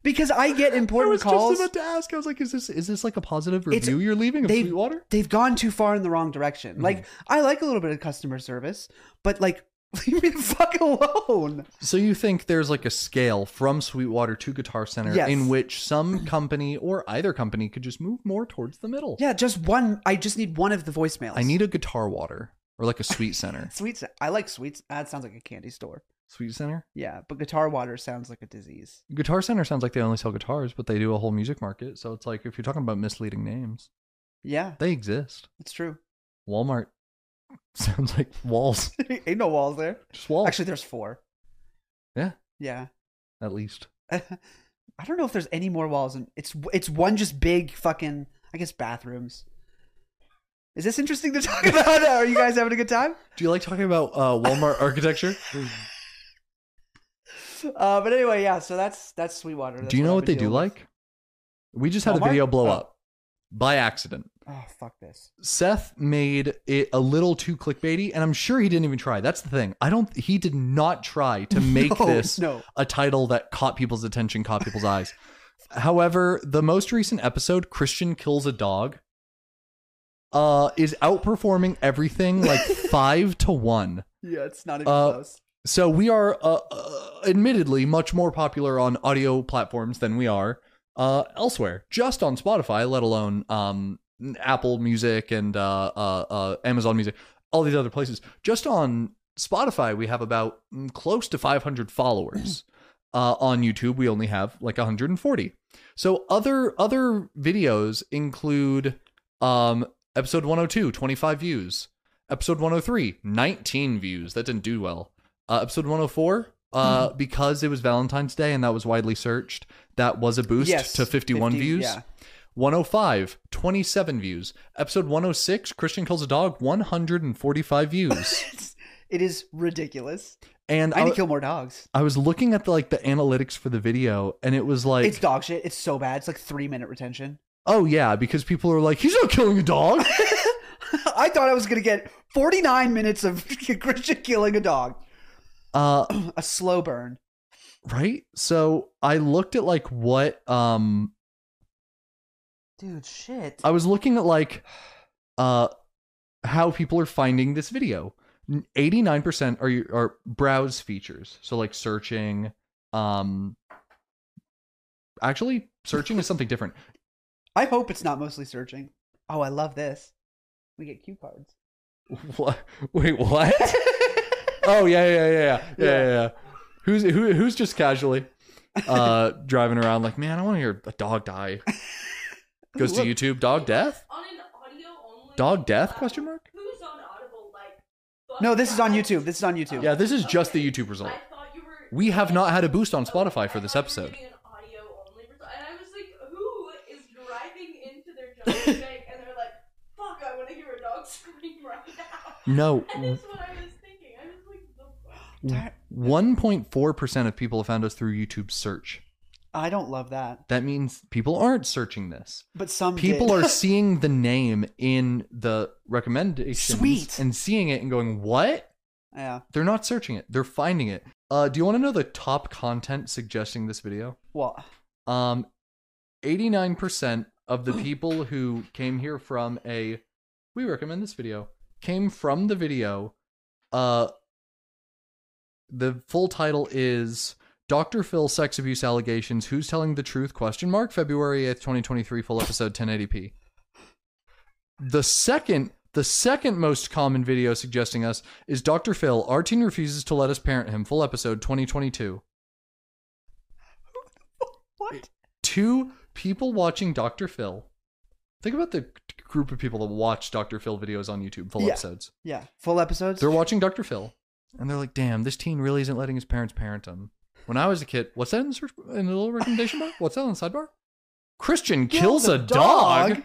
Speaker 2: because I get
Speaker 1: I
Speaker 2: important
Speaker 1: was
Speaker 2: calls.
Speaker 1: just about to ask. I was like, is this is this like a positive
Speaker 2: It's-
Speaker 1: review you're leaving of
Speaker 2: they-
Speaker 1: Sweetwater?
Speaker 2: They've gone too far in the wrong direction.
Speaker 1: Hmm.
Speaker 2: Like I like a little bit of customer service, but like leave me the fuck alone.
Speaker 1: So you think there's like a scale from Sweetwater to Guitar Center
Speaker 2: Yes.
Speaker 1: in which some company or either company could just move more towards the middle.
Speaker 2: Yeah, just one. I just need one of the voicemails.
Speaker 1: I need a Guitar Water or like a Sweet Center.
Speaker 2: sweets. I like sweets. That sounds like a candy store.
Speaker 1: Sweet Center.
Speaker 2: Yeah, but guitar water sounds like a disease.
Speaker 1: Guitar Center sounds like they only sell guitars, but they do a whole music market. So it's like if you're talking about misleading names,
Speaker 2: Yeah,
Speaker 1: they exist.
Speaker 2: it's true.
Speaker 1: Walmart sounds like walls,
Speaker 2: Ain't no walls there.
Speaker 1: just walls.
Speaker 2: Actually, there's four.
Speaker 1: Oh. Yeah.
Speaker 2: Yeah.
Speaker 1: at least.
Speaker 2: I don't know if there's any more walls, and it's it's one just big fucking I guess bathrooms. Is this interesting to talk about? Are you guys having a good time?
Speaker 1: Do you like talking about uh, Walmart architecture?
Speaker 2: Uh, but anyway, yeah. So that's that's Sweetwater. That's
Speaker 1: do you know
Speaker 2: I've
Speaker 1: what they
Speaker 2: been
Speaker 1: do
Speaker 2: dealing
Speaker 1: like? We just had
Speaker 2: Walmart?
Speaker 1: a video blow
Speaker 2: Oh.
Speaker 1: up by accident.
Speaker 2: with. Oh fuck this!
Speaker 1: Seth made it a little too clickbaity, and I'm sure he didn't even try. That's the thing. I don't. He did not try to make
Speaker 2: No,
Speaker 1: this
Speaker 2: no.
Speaker 1: a title that caught people's attention, caught people's eyes. However, the most recent episode, Christian kills a dog, uh, is outperforming everything like five to one.
Speaker 2: Yeah, it's not even
Speaker 1: Uh,
Speaker 2: close.
Speaker 1: So we are, uh, uh, admittedly, much more popular on audio platforms than we are uh, elsewhere. Just on Spotify, let alone um, Apple Music and uh, uh, uh, Amazon Music, all these other places. Just on Spotify, we have about mm, close to 500 followers.
Speaker 2: Mm-hmm.
Speaker 1: Uh, on YouTube, we only have like 140. So other other videos include um, episode 102, 25 views. Episode 103, 19 views. That didn't do well. Uh, episode 104, uh,
Speaker 2: Mm-hmm.
Speaker 1: because it was Valentine's Day and that was widely searched, that was a boost
Speaker 2: Yes,
Speaker 1: to 51
Speaker 2: 50,
Speaker 1: views.
Speaker 2: yeah.
Speaker 1: 105, 27 oh views. Episode 106, Christian Kills a Dog, 145 views.
Speaker 2: It's, it is ridiculous.
Speaker 1: and
Speaker 2: I
Speaker 1: I,
Speaker 2: need to kill more dogs.
Speaker 1: I was looking at the, like the analytics for the video and it was like,
Speaker 2: it's dog shit. It's so bad. It's like three minute retention.
Speaker 1: oh yeah, because people are like, he's not killing a dog.
Speaker 2: I thought I was gonna get forty nine minutes of Christian killing a dog.
Speaker 1: uh,
Speaker 2: A slow burn.
Speaker 1: right? So I looked at like what um
Speaker 2: Dude, shit.
Speaker 1: I was looking at like uh how people are finding this video. 89% are are browse features. So like searching um actually searching is something different.
Speaker 2: I hope it's not mostly searching. Oh, I love this. We get cue cards.
Speaker 1: What? Wait, what? oh yeah, yeah, yeah, yeah, yeah, yeah. yeah. Who's who, who's just casually uh driving around like, "Man, I want to hear a dog die." Goes to
Speaker 2: Look.
Speaker 1: YouTube, dog death?
Speaker 3: On an audio only.
Speaker 1: Dog death question mark?
Speaker 3: Who's on Audible like? fuck
Speaker 2: No, this is on
Speaker 3: guys?
Speaker 2: YouTube. This is on YouTube.
Speaker 1: Yeah, this is just the YouTube result.
Speaker 3: I thought you were.
Speaker 1: We have not had a boost on
Speaker 3: Oh, I
Speaker 1: Spotify for this
Speaker 3: thought you were
Speaker 1: episode.
Speaker 3: doing an audio only result, and I was like, who is driving into their job today? and they're like, fuck, I want to hear a dog scream right now.
Speaker 1: No,
Speaker 3: And that's what I was thinking. I was like, the
Speaker 2: Dar-
Speaker 3: fuck?
Speaker 1: 1.4% of people have found us through YouTube search.
Speaker 2: I don't love that.
Speaker 1: That means people aren't searching this.
Speaker 2: But some
Speaker 1: People
Speaker 2: did.
Speaker 1: are seeing the name in the recommendations
Speaker 2: Sweet.
Speaker 1: and seeing it and going, "What?"
Speaker 2: Yeah.
Speaker 1: They're not searching it. They're finding it. Uh, do you want to know the top content suggesting this video?
Speaker 2: Well,
Speaker 1: Um, 89% of the people who came here from a we recommend this video came from the video. Uh, the full title is Dr. Phil sex abuse allegations. Who's telling the truth? Question mark February 8th, 2023, full episode 1080p. The second the second most common video suggesting us is Dr. Phil, our teen refuses to let us parent him, full episode 2022
Speaker 2: what?
Speaker 1: two people watching Dr. Phil. Think about the group of people that watch Dr. Phil videos on YouTube, full
Speaker 2: Yeah.
Speaker 1: episodes.
Speaker 2: Yeah, full episodes.
Speaker 1: They're watching Dr. Phil, and they're like, "Damn, this teen really isn't letting his parents parent him." When I was a kid, what's that in the search in the little recommendation bar? What's that on the sidebar? Christian kills, a dog.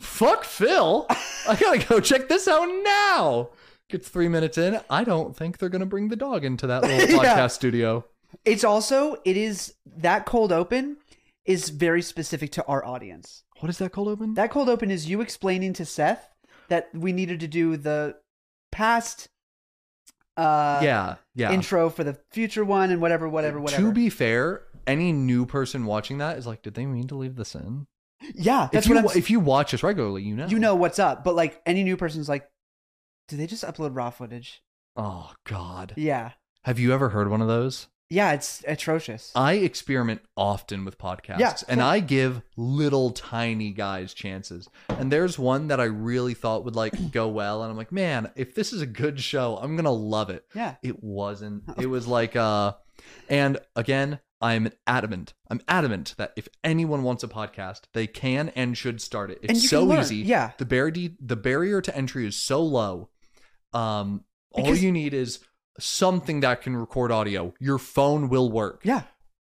Speaker 1: Fuck Phil. I gotta go check this out now. Gets three minutes in. I don't think they're gonna bring the dog into that little podcast
Speaker 2: Yeah.
Speaker 1: studio.
Speaker 2: It's also it is that cold open is very specific to our audience.
Speaker 1: What is that called, Open?
Speaker 2: That cold open is you explaining to Seth that we needed to do the past uh
Speaker 1: yeah, yeah.
Speaker 2: intro for the future one and whatever whatever whatever.
Speaker 1: To be fair, any new person watching that is like, did they mean to leave this in?
Speaker 2: yeah, that's
Speaker 1: if you
Speaker 2: what I'm
Speaker 1: if you watch this regularly, you know.
Speaker 2: you know what's up, but like any new person's like do they just upload raw footage?
Speaker 1: Oh God.
Speaker 2: Yeah.
Speaker 1: Have you ever heard one of those?
Speaker 2: Yeah, it's atrocious.
Speaker 1: I experiment often with podcasts
Speaker 2: Yeah,
Speaker 1: and
Speaker 2: sure.
Speaker 1: I give little tiny guys chances. And there's one that I really thought would like go well and I'm like, "Man, if this is a good show, I'm going to love it."
Speaker 2: yeah.
Speaker 1: It wasn't.
Speaker 2: Oh.
Speaker 1: It was like uh and again, I'm adamant. I'm adamant that if anyone wants a podcast, they can and should start it. It's
Speaker 2: And you
Speaker 1: so
Speaker 2: can learn.
Speaker 1: easy.
Speaker 2: Yeah.
Speaker 1: The barrier the barrier to entry is so low. Um all
Speaker 2: Because-
Speaker 1: you need is something that can record audio. Your phone will work.
Speaker 2: Yeah.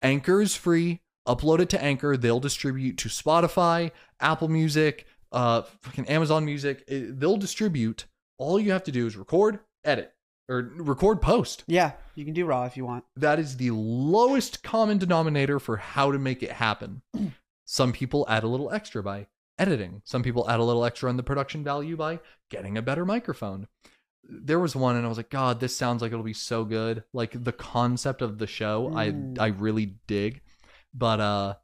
Speaker 1: Anchor is free. Upload it to Anchor. They'll distribute to Spotify, Apple Music, uh, fucking Amazon Music. It- they'll distribute. All you have to do is record, edit, or record, post.
Speaker 2: Yeah, you can do raw if you want.
Speaker 1: That is the lowest common denominator for how to make it happen. Some people add a little extra by editing. Some people add a little extra on the production value by getting a better microphone. There was one, and I was like, God, this sounds like it'll be so good. Like the concept of the show,
Speaker 2: Mm.
Speaker 1: I I really dig, but uh,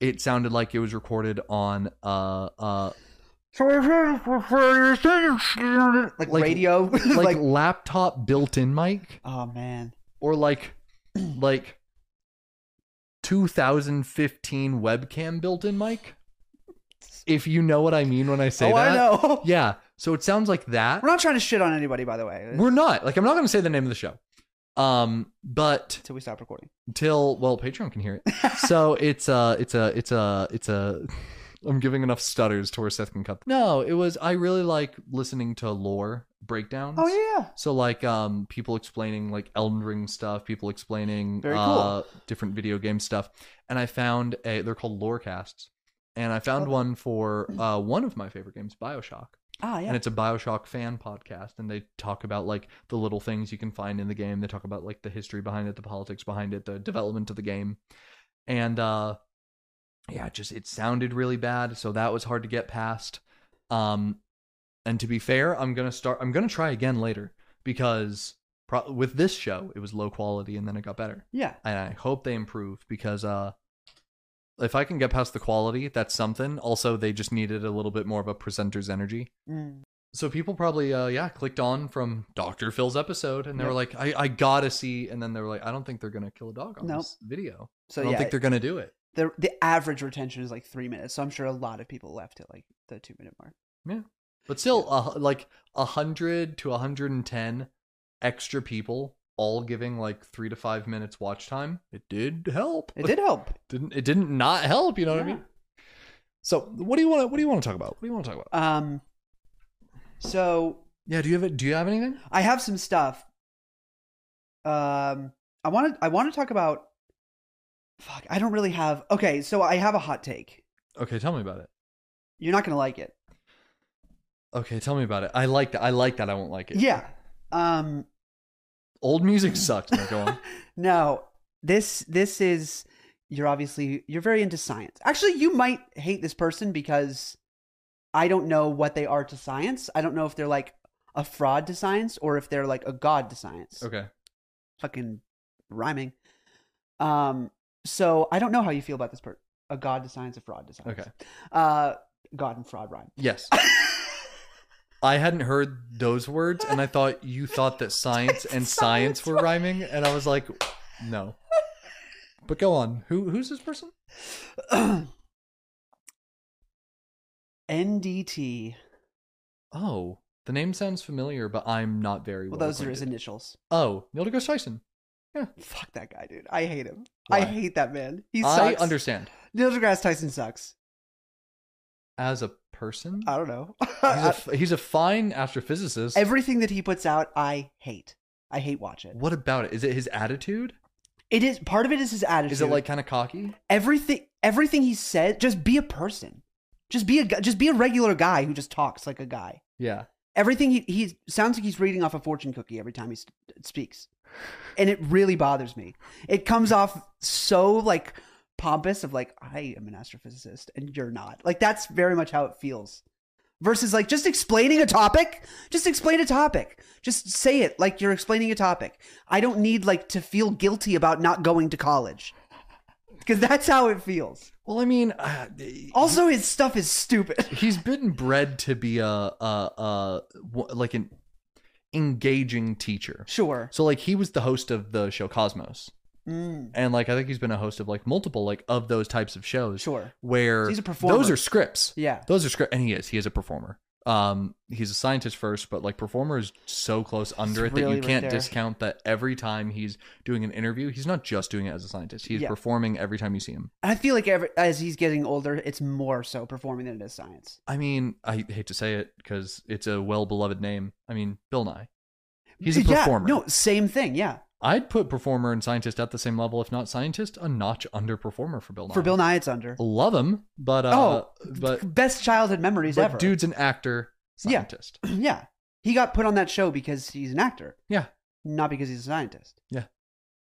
Speaker 1: it sounded like it was recorded on uh uh
Speaker 2: like,
Speaker 1: Like-
Speaker 2: radio,
Speaker 1: like
Speaker 2: like,
Speaker 1: laptop built-in mic.
Speaker 2: oh man,
Speaker 1: or like like 2015 webcam built-in mic if you know what i mean when i say
Speaker 2: oh
Speaker 1: that
Speaker 2: I know.
Speaker 1: yeah so it sounds like that
Speaker 2: We're not trying to shit on anybody, by the way.
Speaker 1: we're not like i'm not going to say the name of the show um but
Speaker 2: until we stop recording.
Speaker 1: till well patreon can hear it so it's a it's a it's a it's a i'm giving enough stutters to where seth can cut no it was i really like listening to lore breakdowns
Speaker 2: Oh yeah,
Speaker 1: so like um people explaining like Elden Ring stuff, people explaining
Speaker 2: Very
Speaker 1: uh different video game stuff. And I found a they're called lorecasts. And I found
Speaker 2: Oh.
Speaker 1: one for uh one of my favorite games, BioShock.
Speaker 2: ah yeah.
Speaker 1: And it's a BioShock fan podcast and they talk about like the little things you can find in the game. They talk about like the history behind it, the politics behind it, the development of the game. And uh yeah, it just it sounded really bad, so that was hard to get past. Um and to be fair, I'm going to start I'm going to try again later because pro- with this show, it was low quality and then it got better.
Speaker 2: yeah,
Speaker 1: And I hope they improve because uh if I can get past the quality, that's something. Also, they just needed a little bit more of a presenter's energy
Speaker 2: Mm.
Speaker 1: so people probably uh yeah clicked on from dr phil's episode and they were
Speaker 2: Yeah.
Speaker 1: like i i gotta see and then they were like i don't think they're gonna kill a dog on
Speaker 2: Nope.
Speaker 1: this video
Speaker 2: So
Speaker 1: i don't
Speaker 2: yeah,
Speaker 1: think they're gonna do it
Speaker 2: the the average retention is like three minutes. So I'm sure a lot of people left at like the two minute mark.
Speaker 1: but still uh, like 100 to 110 extra people all giving like three to five minutes watch time it did help
Speaker 2: It did help.
Speaker 1: didn't it didn't not help you know what i
Speaker 2: Yeah.
Speaker 1: mean so what do you want to what do you want to talk about what do you want to talk about
Speaker 2: Um, so
Speaker 1: yeah do you have do you have anything
Speaker 2: I have some stuff. Um, I want to I want to talk about. Fuck, I don't really have. Okay, so I have a hot take.
Speaker 1: okay tell me about it
Speaker 2: You're not gonna like it.
Speaker 1: okay tell me about it i like that i like that i won't like it
Speaker 2: Yeah. Um.
Speaker 1: old music sucks no, go on
Speaker 2: No. This. This is. You're obviously. You're very into science. Actually, you might hate this person because I don't know what they are to science. I don't know if they're like a fraud to science or if they're like a god to science.
Speaker 1: okay
Speaker 2: Fucking rhyming. Um. So I don't know how you feel about this person. A god to science, a fraud to science.
Speaker 1: Okay.
Speaker 2: Uh, god and fraud rhyme.
Speaker 1: Yes. I hadn't heard those words, and I thought you thought that science and science were rhyming, and I was like, no. But go on. Who who's this person?
Speaker 2: NDT.
Speaker 1: Oh, the name sounds familiar, but I'm not very
Speaker 2: Well,
Speaker 1: well.
Speaker 2: those are his
Speaker 1: acquainted.
Speaker 2: initials.
Speaker 1: Oh, Neil deGrasse Tyson.
Speaker 2: Fuck that guy, dude. I hate him.
Speaker 1: Why?
Speaker 2: I hate that man. He
Speaker 1: I
Speaker 2: sucks.
Speaker 1: understand.
Speaker 2: Neil deGrasse Tyson sucks.
Speaker 1: as a person.
Speaker 2: I don't know.
Speaker 1: He's a, f- he's a fine astrophysicist.
Speaker 2: Everything that he puts out, I hate. I hate watch it.
Speaker 1: what about it? Is it his attitude?
Speaker 2: It is part of it is his attitude.
Speaker 1: Is it like kind of cocky?
Speaker 2: everything? Everything he said, just be a person. Just be a gu- just be a regular guy who just talks like a guy.
Speaker 1: Yeah.
Speaker 2: Everything he, he sounds like he's reading off a fortune cookie every time he s- speaks, and it really bothers me. It comes off so like pompous of like I am an astrophysicist and you're not. Like that's very much how it feels. Versus like just explaining a topic, just explain a topic. Just say it like you're explaining a topic. I don't need like to feel guilty about not going to college. Cuz that's how it feels.
Speaker 1: Well, I mean, uh, he-
Speaker 2: Also his stuff is stupid.
Speaker 1: he's been bred to be a, a, a wh- like an engaging teacher.
Speaker 2: Sure.
Speaker 1: So like he was the host of the show Cosmos,
Speaker 2: Mm,
Speaker 1: and like I think he's been a host of like multiple like of those types of shows
Speaker 2: sure.
Speaker 1: where
Speaker 2: So he's a performer.
Speaker 1: those are scripts.
Speaker 2: Yeah.
Speaker 1: Those are script, and he is he is a performer. Um, he's a scientist first, but like performer is so close under
Speaker 2: It's
Speaker 1: it that
Speaker 2: really
Speaker 1: you
Speaker 2: right
Speaker 1: can't
Speaker 2: there.
Speaker 1: discount that every time he's doing an interview, he's not just doing it as a scientist. He's
Speaker 2: Yeah.
Speaker 1: performing every time you see him.
Speaker 2: I feel like every, as he's getting older, it's more so performing than it is science.
Speaker 1: I mean, I hate to say it because it's a well beloved name. I mean, Bill Nye. He's a
Speaker 2: Yeah,
Speaker 1: performer.
Speaker 2: no, same thing. Yeah.
Speaker 1: I'd put performer and scientist at the same level, if not scientist, a notch under performer for Bill Nye.
Speaker 2: For Bill Nye, it's under.
Speaker 1: love him, but uh,
Speaker 2: Oh,
Speaker 1: but,
Speaker 2: Best childhood memories
Speaker 1: but
Speaker 2: ever.
Speaker 1: dude's an actor,
Speaker 2: Yeah.
Speaker 1: scientist.
Speaker 2: yeah. He got put on that show because he's an actor.
Speaker 1: Yeah.
Speaker 2: Not because he's a scientist.
Speaker 1: Yeah.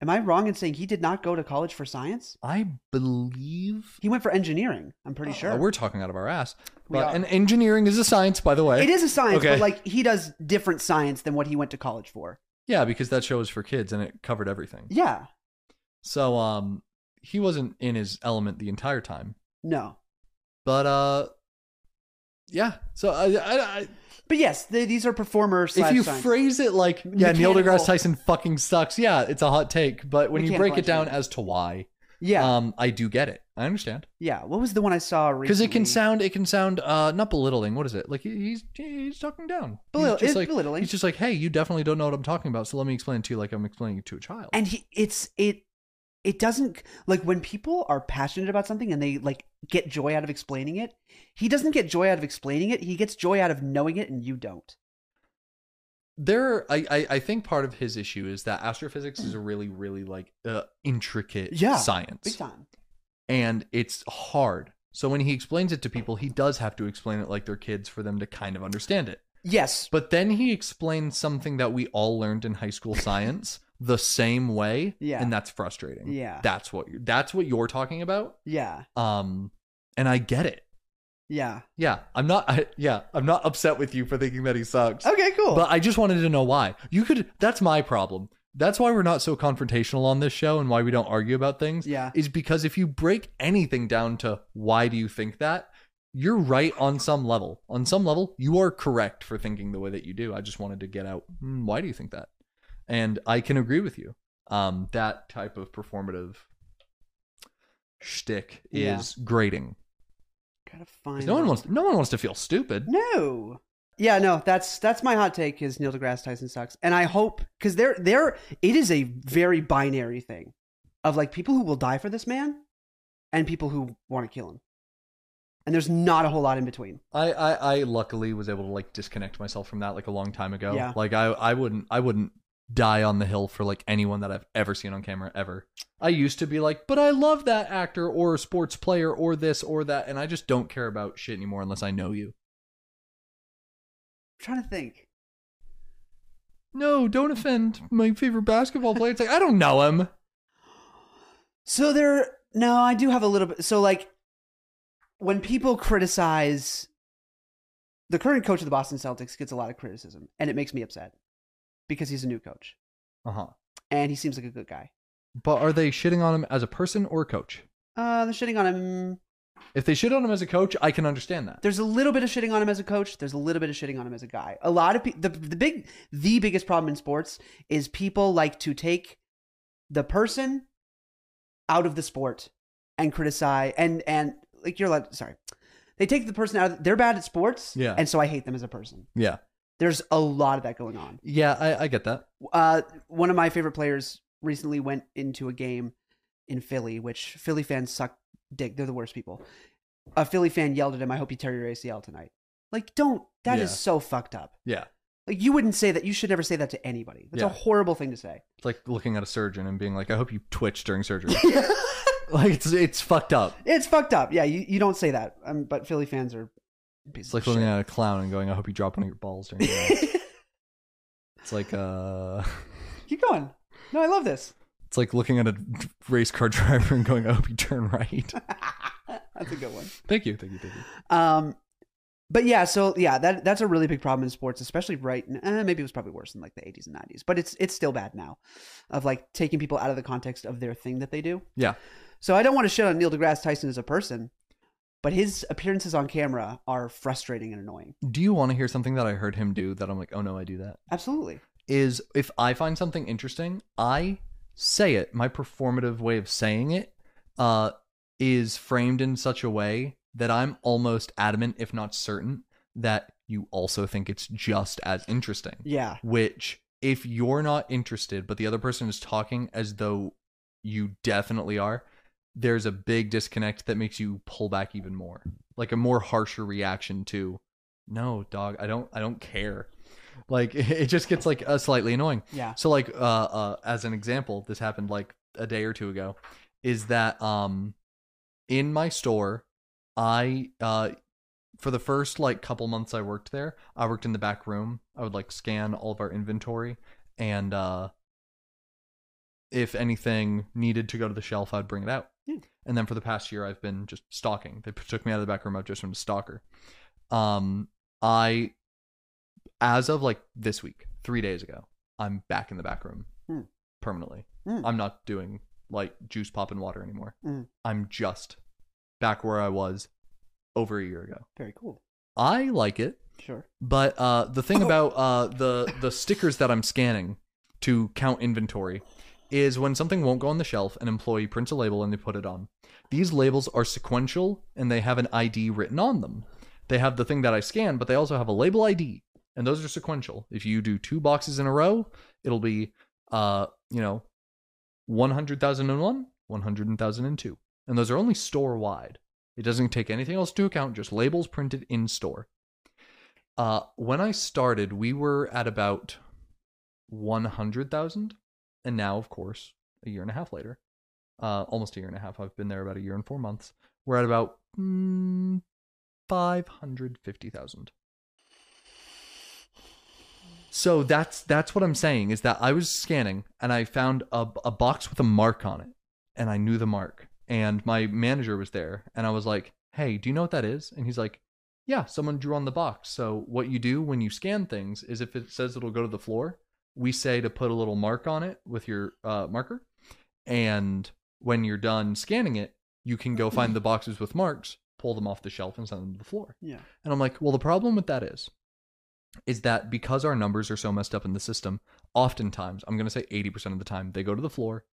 Speaker 2: Am I wrong in saying he did not go to college for science?
Speaker 1: I believe.
Speaker 2: He went for engineering, I'm pretty
Speaker 1: Uh,
Speaker 2: sure.
Speaker 1: we're talking out of our ass.
Speaker 2: We
Speaker 1: But
Speaker 2: are.
Speaker 1: and engineering is a science, by the way.
Speaker 2: It is a science,
Speaker 1: Okay.
Speaker 2: but like he does different science than what he went to college for.
Speaker 1: Yeah, because that show was for kids and it covered everything.
Speaker 2: Yeah.
Speaker 1: So um, he wasn't in his element the entire time.
Speaker 2: No.
Speaker 1: But uh, yeah. So I, I, I
Speaker 2: But yes, th these are performer
Speaker 1: if
Speaker 2: slash
Speaker 1: you
Speaker 2: science.
Speaker 1: phrase it like yeah, Neil
Speaker 2: Mechanical.
Speaker 1: deGrasse Tyson fucking sucks. Yeah, it's a hot take, but when you
Speaker 2: Mechanical
Speaker 1: break it down
Speaker 2: engineering.
Speaker 1: as to why,
Speaker 2: yeah.
Speaker 1: um, I do get it. I understand
Speaker 2: yeah. What was the one I saw recently?
Speaker 1: because it can sound it can sound uh not belittling. What is it like? he- He's he's talking down.
Speaker 2: Belittle-
Speaker 1: he's just
Speaker 2: it's
Speaker 1: like,
Speaker 2: belittling.
Speaker 1: He's just like, hey, you definitely don't know what I'm talking about, so let me explain it to you like I'm explaining it to a child.
Speaker 2: and he it's it it doesn't like when people are passionate about something and they like get joy out of explaining it he doesn't get joy out of explaining it he gets joy out of knowing it and you don't
Speaker 1: there are, I, I i think part of his issue is that astrophysics is a really really like uh, intricate
Speaker 2: Mm. Yeah, big
Speaker 1: science
Speaker 2: time
Speaker 1: and it's hard so when he explains it to people he does have to explain it like they're kids for them to kind of understand it
Speaker 2: yes
Speaker 1: but then he explains something that we all learned in high school science the same way
Speaker 2: Yeah.
Speaker 1: and that's frustrating
Speaker 2: Yeah.
Speaker 1: that's what you're that's what you're talking about
Speaker 2: yeah
Speaker 1: um and i get it
Speaker 2: yeah
Speaker 1: yeah i'm not I, yeah i'm not upset with you for thinking that he sucks
Speaker 2: okay cool
Speaker 1: but I just wanted to know why. You could. That's my problem. That's why we're not so confrontational on this show and why we don't argue about things.
Speaker 2: yeah
Speaker 1: Is because if you break anything down to why do you think that, you're right on some level. On some level, you are correct for thinking the way that you do. I just wanted to get out "Hmm, why do you think that, and I can agree with you. Um, that type of performative shtick
Speaker 2: Yeah.
Speaker 1: is grating.
Speaker 2: gotta
Speaker 1: 'Cause
Speaker 2: find
Speaker 1: No one
Speaker 2: it.
Speaker 1: wants. No one wants to feel stupid.
Speaker 2: no yeah no that's that's my hot take is neil degrasse tyson sucks and i hope because there there it is a very binary thing of like people who will die for this man and people who want to kill him and there's not a whole lot in between
Speaker 1: I, I I luckily was able to like disconnect myself from that like a long time ago.
Speaker 2: Yeah.
Speaker 1: Like I I wouldn't I wouldn't die on the hill for like anyone that I've ever seen on camera ever. I used to be like, but I love that actor or sports player or this or that, and I just don't care about shit anymore unless I know you.
Speaker 2: I'm trying to think.
Speaker 1: No, don't offend my favorite basketball player. It's like I don't know him.
Speaker 2: So there, no, I do have a little bit. So like, when people criticize, the current coach of the Boston Celtics gets a lot of criticism, and it makes me upset because he's a new coach
Speaker 1: Uh huh.
Speaker 2: and he seems like a good guy.
Speaker 1: But are they shitting on him as a person or coach?
Speaker 2: Uh, they're shitting on him.
Speaker 1: If they shit on him as a coach, I can understand that.
Speaker 2: There's a little bit of shitting on him as a coach. There's a little bit of shitting on him as a guy. A lot of people, the the big, the biggest problem in sports is people like to take the person out of the sport and criticize and and like you're like sorry, they take the person out. of They're bad at sports,
Speaker 1: Yeah.
Speaker 2: and so I hate them as a person.
Speaker 1: Yeah.
Speaker 2: There's a lot of that going on.
Speaker 1: Yeah, I, I get that.
Speaker 2: Uh, one of my favorite players recently went into a game in Philly, which Philly fans suck dick. They're the worst people. a Philly fan yelled at him, I hope you tear your ACL tonight. Like, don't. That is
Speaker 1: Yeah.
Speaker 2: so fucked up.
Speaker 1: Yeah.
Speaker 2: Like, you wouldn't say that. You should never say that to anybody. That's a
Speaker 1: Yeah.
Speaker 2: horrible thing to say.
Speaker 1: It's like looking at a surgeon and being like, I hope you twitch during surgery. like it's it's fucked up.
Speaker 2: it's fucked up. Yeah, you, you don't say that. Um, but Philly fans are.
Speaker 1: It's
Speaker 2: pieces
Speaker 1: like
Speaker 2: of
Speaker 1: looking
Speaker 2: shit.
Speaker 1: at a clown and going, I hope you drop one of your balls during the It's like uh
Speaker 2: Keep going. No, I love this.
Speaker 1: it's like looking at a race car driver and going, I hope you turn right.
Speaker 2: That's a good one.
Speaker 1: thank you, thank you, thank you.
Speaker 2: Um, but yeah, so yeah, that that's a really big problem in sports, especially right. Eh, maybe it was probably worse in like the 80s and 90s, but it's it's still bad now, of like taking people out of the context of their thing that they do.
Speaker 1: Yeah.
Speaker 2: So I don't want to shit on Neil deGrasse Tyson as a person, but his appearances on camera are frustrating and annoying.
Speaker 1: Do you want to hear something that I heard him do that I'm like, oh no, I do that?
Speaker 2: Absolutely.
Speaker 1: Is if I find something interesting, I say it. My performative way of saying it uh, is framed in such a way that I'm almost adamant, if not certain, that you also think it's just as interesting.
Speaker 2: Yeah.
Speaker 1: Which, if you're not interested, but the other person is talking as though you definitely are, there's a big disconnect that makes you pull back even more, like a more harsher reaction to, no, dog, I don't, I don't care. Like it just gets like uh, slightly annoying.
Speaker 2: Yeah.
Speaker 1: So like uh, uh as an example, this happened like a day or two ago, is that um in my store, I uh for the first like couple months I worked there, I worked in the back room. I would like scan all of our inventory and uh if anything needed to go to the shelf, I'd bring it out.
Speaker 2: Yeah.
Speaker 1: And then for the past year I've been just stalking. They took me out of the back room, I've just been a stalker. Um I as of like this week, three days ago, I'm back in the back room
Speaker 2: Hmm.
Speaker 1: permanently.
Speaker 2: Hmm.
Speaker 1: I'm not doing like juice pop and water anymore.
Speaker 2: Hmm.
Speaker 1: I'm just back where I was over a year ago.
Speaker 2: Very cool.
Speaker 1: I like it,
Speaker 2: Sure.
Speaker 1: but uh, the thing about uh, the the stickers that I'm scanning to count inventory is when something won't go on the shelf, an employee prints a label and they put it on. These labels are sequential and they have an ID written on them. They have the thing that I scan, but they also have a label ID, and those are sequential. If you do two boxes in a row, it'll be, uh, you know, one hundred thousand and one, one hundred thousand and two, and those are only store wide. It doesn't take anything else into account, just labels printed in store. Uh, when I started, we were at about 100,000. And now, of course, a year and a half later, uh, almost a year and a half, I've been there about a year and four months, we're at about mm, 550,000. So that's that's what I'm saying is that I was scanning and I found a, a box with a mark on it and I knew the mark and my manager was there and I was like, "Hey, do you know what that is?" And he's like, yeah, someone drew on the box. So what you do when you scan things is if it says it'll go to the floor, we say to put a little mark on it with your uh, marker, and when you're done scanning it, you can go find the boxes with marks, pull them off the shelf, and send them to the floor.
Speaker 2: Yeah.
Speaker 1: And I'm like, well, the problem with that is, is that because our numbers are so messed up in the system, oftentimes I'm going to say 80% of the time they go to the floor,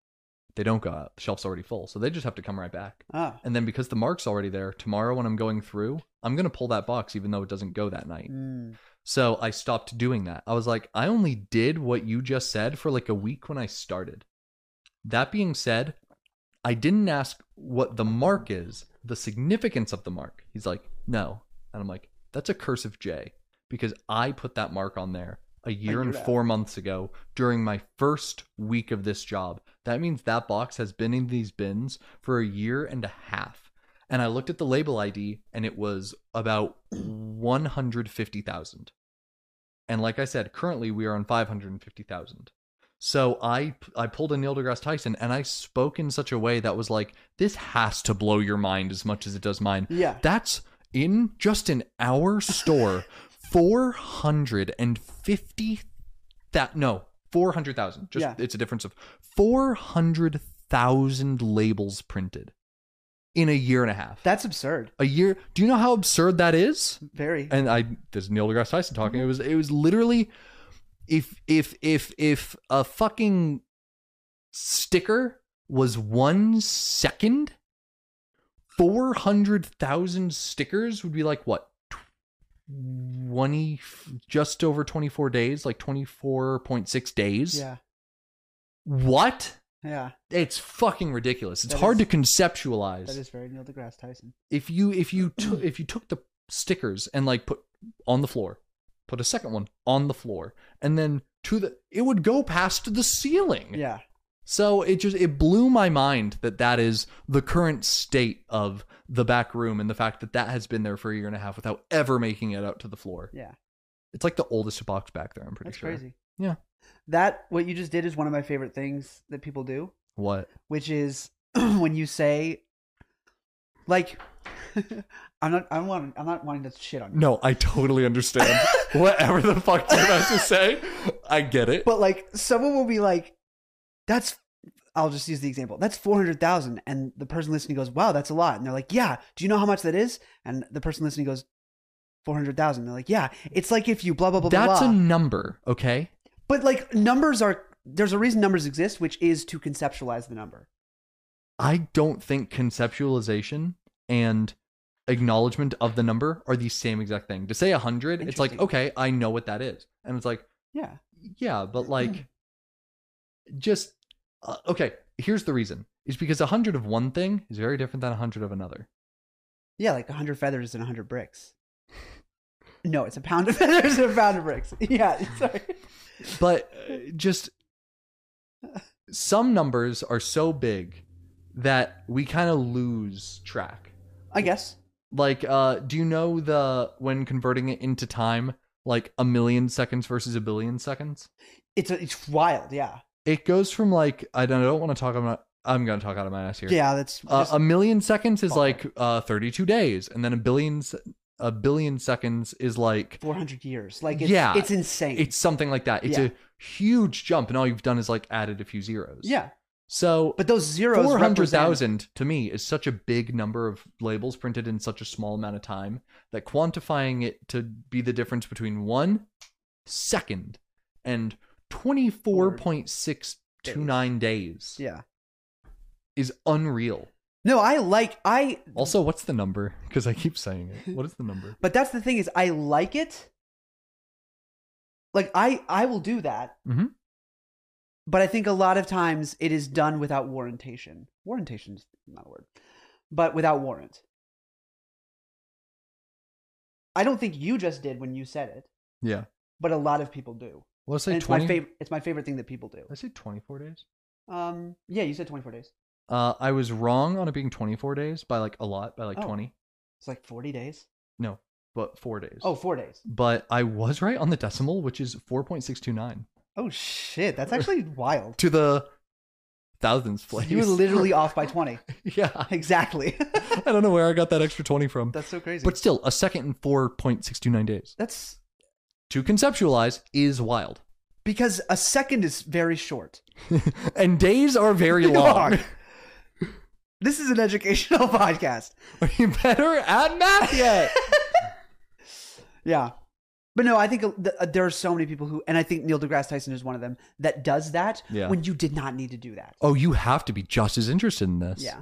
Speaker 1: they don't go out. The shelf's already full, so they just have to come right back.
Speaker 2: Ah.
Speaker 1: And then because the mark's already there, tomorrow when I'm going through, I'm going to pull that box even though it doesn't go that night.
Speaker 2: Mm.
Speaker 1: So I stopped doing that. I was like, I only did what you just said for like a week when I started. That being said, I didn't ask what the mark is, the significance of the mark. He's like, no. And I'm like, that's a cursive J because I put that mark on there a year and
Speaker 2: year out.
Speaker 1: four months ago during my first week of this job. That means that box has been in these bins for a year and a half. And I looked at the label ID and it was about 150,000. And like I said, currently we are on 550,000. So I I pulled a Neil deGrasse Tyson and I spoke in such a way that was like this has to blow your mind as much as it does mine.
Speaker 2: Yeah.
Speaker 1: That's in just an hour store, four hundred and fifty that no four hundred thousand. Just
Speaker 2: Yeah.
Speaker 1: it's a difference of four hundred thousand labels printed in a year and a half.
Speaker 2: That's absurd.
Speaker 1: a year. Do you know how absurd that is?
Speaker 2: Very.
Speaker 1: and I there's Neil deGrasse Tyson talking. It was it was literally if if if if a fucking sticker was one second, four hundred thousand stickers would be like what twenty just over twenty four days, like twenty four point six days.
Speaker 2: yeah.
Speaker 1: What?
Speaker 2: Yeah,
Speaker 1: It's fucking ridiculous. It's
Speaker 2: That
Speaker 1: hard
Speaker 2: is-
Speaker 1: to conceptualize.
Speaker 2: that is very Neil deGrasse Tyson.
Speaker 1: if you if you took if you took the stickers and like put on the floor, put a second one on the floor, and then to the it would go past the ceiling.
Speaker 2: Yeah,
Speaker 1: So it just it blew my mind that that is the current state of the back room and the fact that that has been there for a year and a half without ever making it out to the floor.
Speaker 2: yeah,
Speaker 1: It's like the oldest box back there. I'm pretty
Speaker 2: that's
Speaker 1: sure.
Speaker 2: crazy.
Speaker 1: Yeah.
Speaker 2: that what you just did is one of my favorite things that people do,
Speaker 1: What?
Speaker 2: which is when you say, like, I'm not, I'm want, I'm not wanting to shit on you,
Speaker 1: No, I totally understand. Whatever the fuck you're about to say, I get it.
Speaker 2: but like someone will be like, that's. I'll just use the example. That's 400,000 and the person listening goes, "Wow, that's a lot." And they're like, "Yeah, do you know how much that is?" And the person listening goes, 400,000. They're like, "Yeah, it's like if you blah blah blah blah."
Speaker 1: That's
Speaker 2: blah."
Speaker 1: a number, okay?
Speaker 2: But like numbers are there's a reason numbers exist, which is to conceptualize the number.
Speaker 1: I don't think conceptualization and acknowledgement of the number are the same exact thing. To say 100, it's like,
Speaker 2: Interesting.
Speaker 1: okay, I know what that is. And it's like,
Speaker 2: Yeah.
Speaker 1: yeah, but like, just, uh, okay, here's the reason is because 100 of one thing is very different than 100 of another.
Speaker 2: Yeah, like a hundred feathers and a hundred bricks. No, it's a pound of feathers and a pound of bricks. Yeah, sorry.
Speaker 1: But uh, just some numbers are so big that we kind of lose track.
Speaker 2: I guess.
Speaker 1: like uh do you know the when converting it into time like a million seconds versus a billion seconds
Speaker 2: It's a, it's wild, yeah.
Speaker 1: it goes from like i don't, I don't want to talk about i'm gonna talk out of my ass here
Speaker 2: Yeah, that's
Speaker 1: uh,
Speaker 2: just-
Speaker 1: a million seconds is
Speaker 2: Fuck.
Speaker 1: like uh 32 days and then a billion se- a billion seconds is like
Speaker 2: 400 years. Like it's
Speaker 1: Yeah.
Speaker 2: it's insane.
Speaker 1: it's something like that it's
Speaker 2: Yeah.
Speaker 1: a huge jump and all you've done is like added a few zeros
Speaker 2: yeah.
Speaker 1: so
Speaker 2: But those zeros
Speaker 1: Four hundred
Speaker 2: represent-
Speaker 1: thousand to me is such a big number of labels printed in such a small amount of time that quantifying it to be the difference between one second and twenty four point six two nine days
Speaker 2: Yeah.
Speaker 1: is unreal.
Speaker 2: No, I like I
Speaker 1: Also, what's the number? Because I keep saying it. What is the number?
Speaker 2: but that's the thing is I like it. Like I I will do that.
Speaker 1: Mhm.
Speaker 2: But I think a lot of times it is done without warrantation. Warrantation is not a word, but without warrant. I don't think you just did when you said it,
Speaker 1: Yeah.
Speaker 2: but a lot of people do.
Speaker 1: Well, I say
Speaker 2: And it's
Speaker 1: twenty.
Speaker 2: my favorite. It's my favorite thing that people
Speaker 1: I
Speaker 2: do.
Speaker 1: say twenty four days.
Speaker 2: Um, yeah, you said twenty four days.
Speaker 1: Uh, I was wrong on it being twenty four days by like a lot, by like
Speaker 2: Oh.
Speaker 1: twenty,
Speaker 2: It's like forty days.
Speaker 1: but four days.
Speaker 2: Oh, four days.
Speaker 1: But I was right on the decimal, which is four point six two nine.
Speaker 2: Oh shit, that's actually wild.
Speaker 1: to the thousands place.
Speaker 2: You were literally off by twenty.
Speaker 1: yeah.
Speaker 2: Exactly.
Speaker 1: I don't know where I got that extra twenty from,
Speaker 2: That's so crazy.
Speaker 1: but still, a second and four point six two nine days
Speaker 2: that's
Speaker 1: to conceptualize is wild,
Speaker 2: because a second is very short.
Speaker 1: and days are very long.
Speaker 2: this is an educational podcast.
Speaker 1: Are you better at math yet?
Speaker 2: Yeah. But no, I think uh, th- uh, there are so many people who, and I think Neil deGrasse Tyson is one of them, that does that
Speaker 1: Yeah.
Speaker 2: when you did not need to do that.
Speaker 1: oh, you have to be just as interested in this.
Speaker 2: Yeah.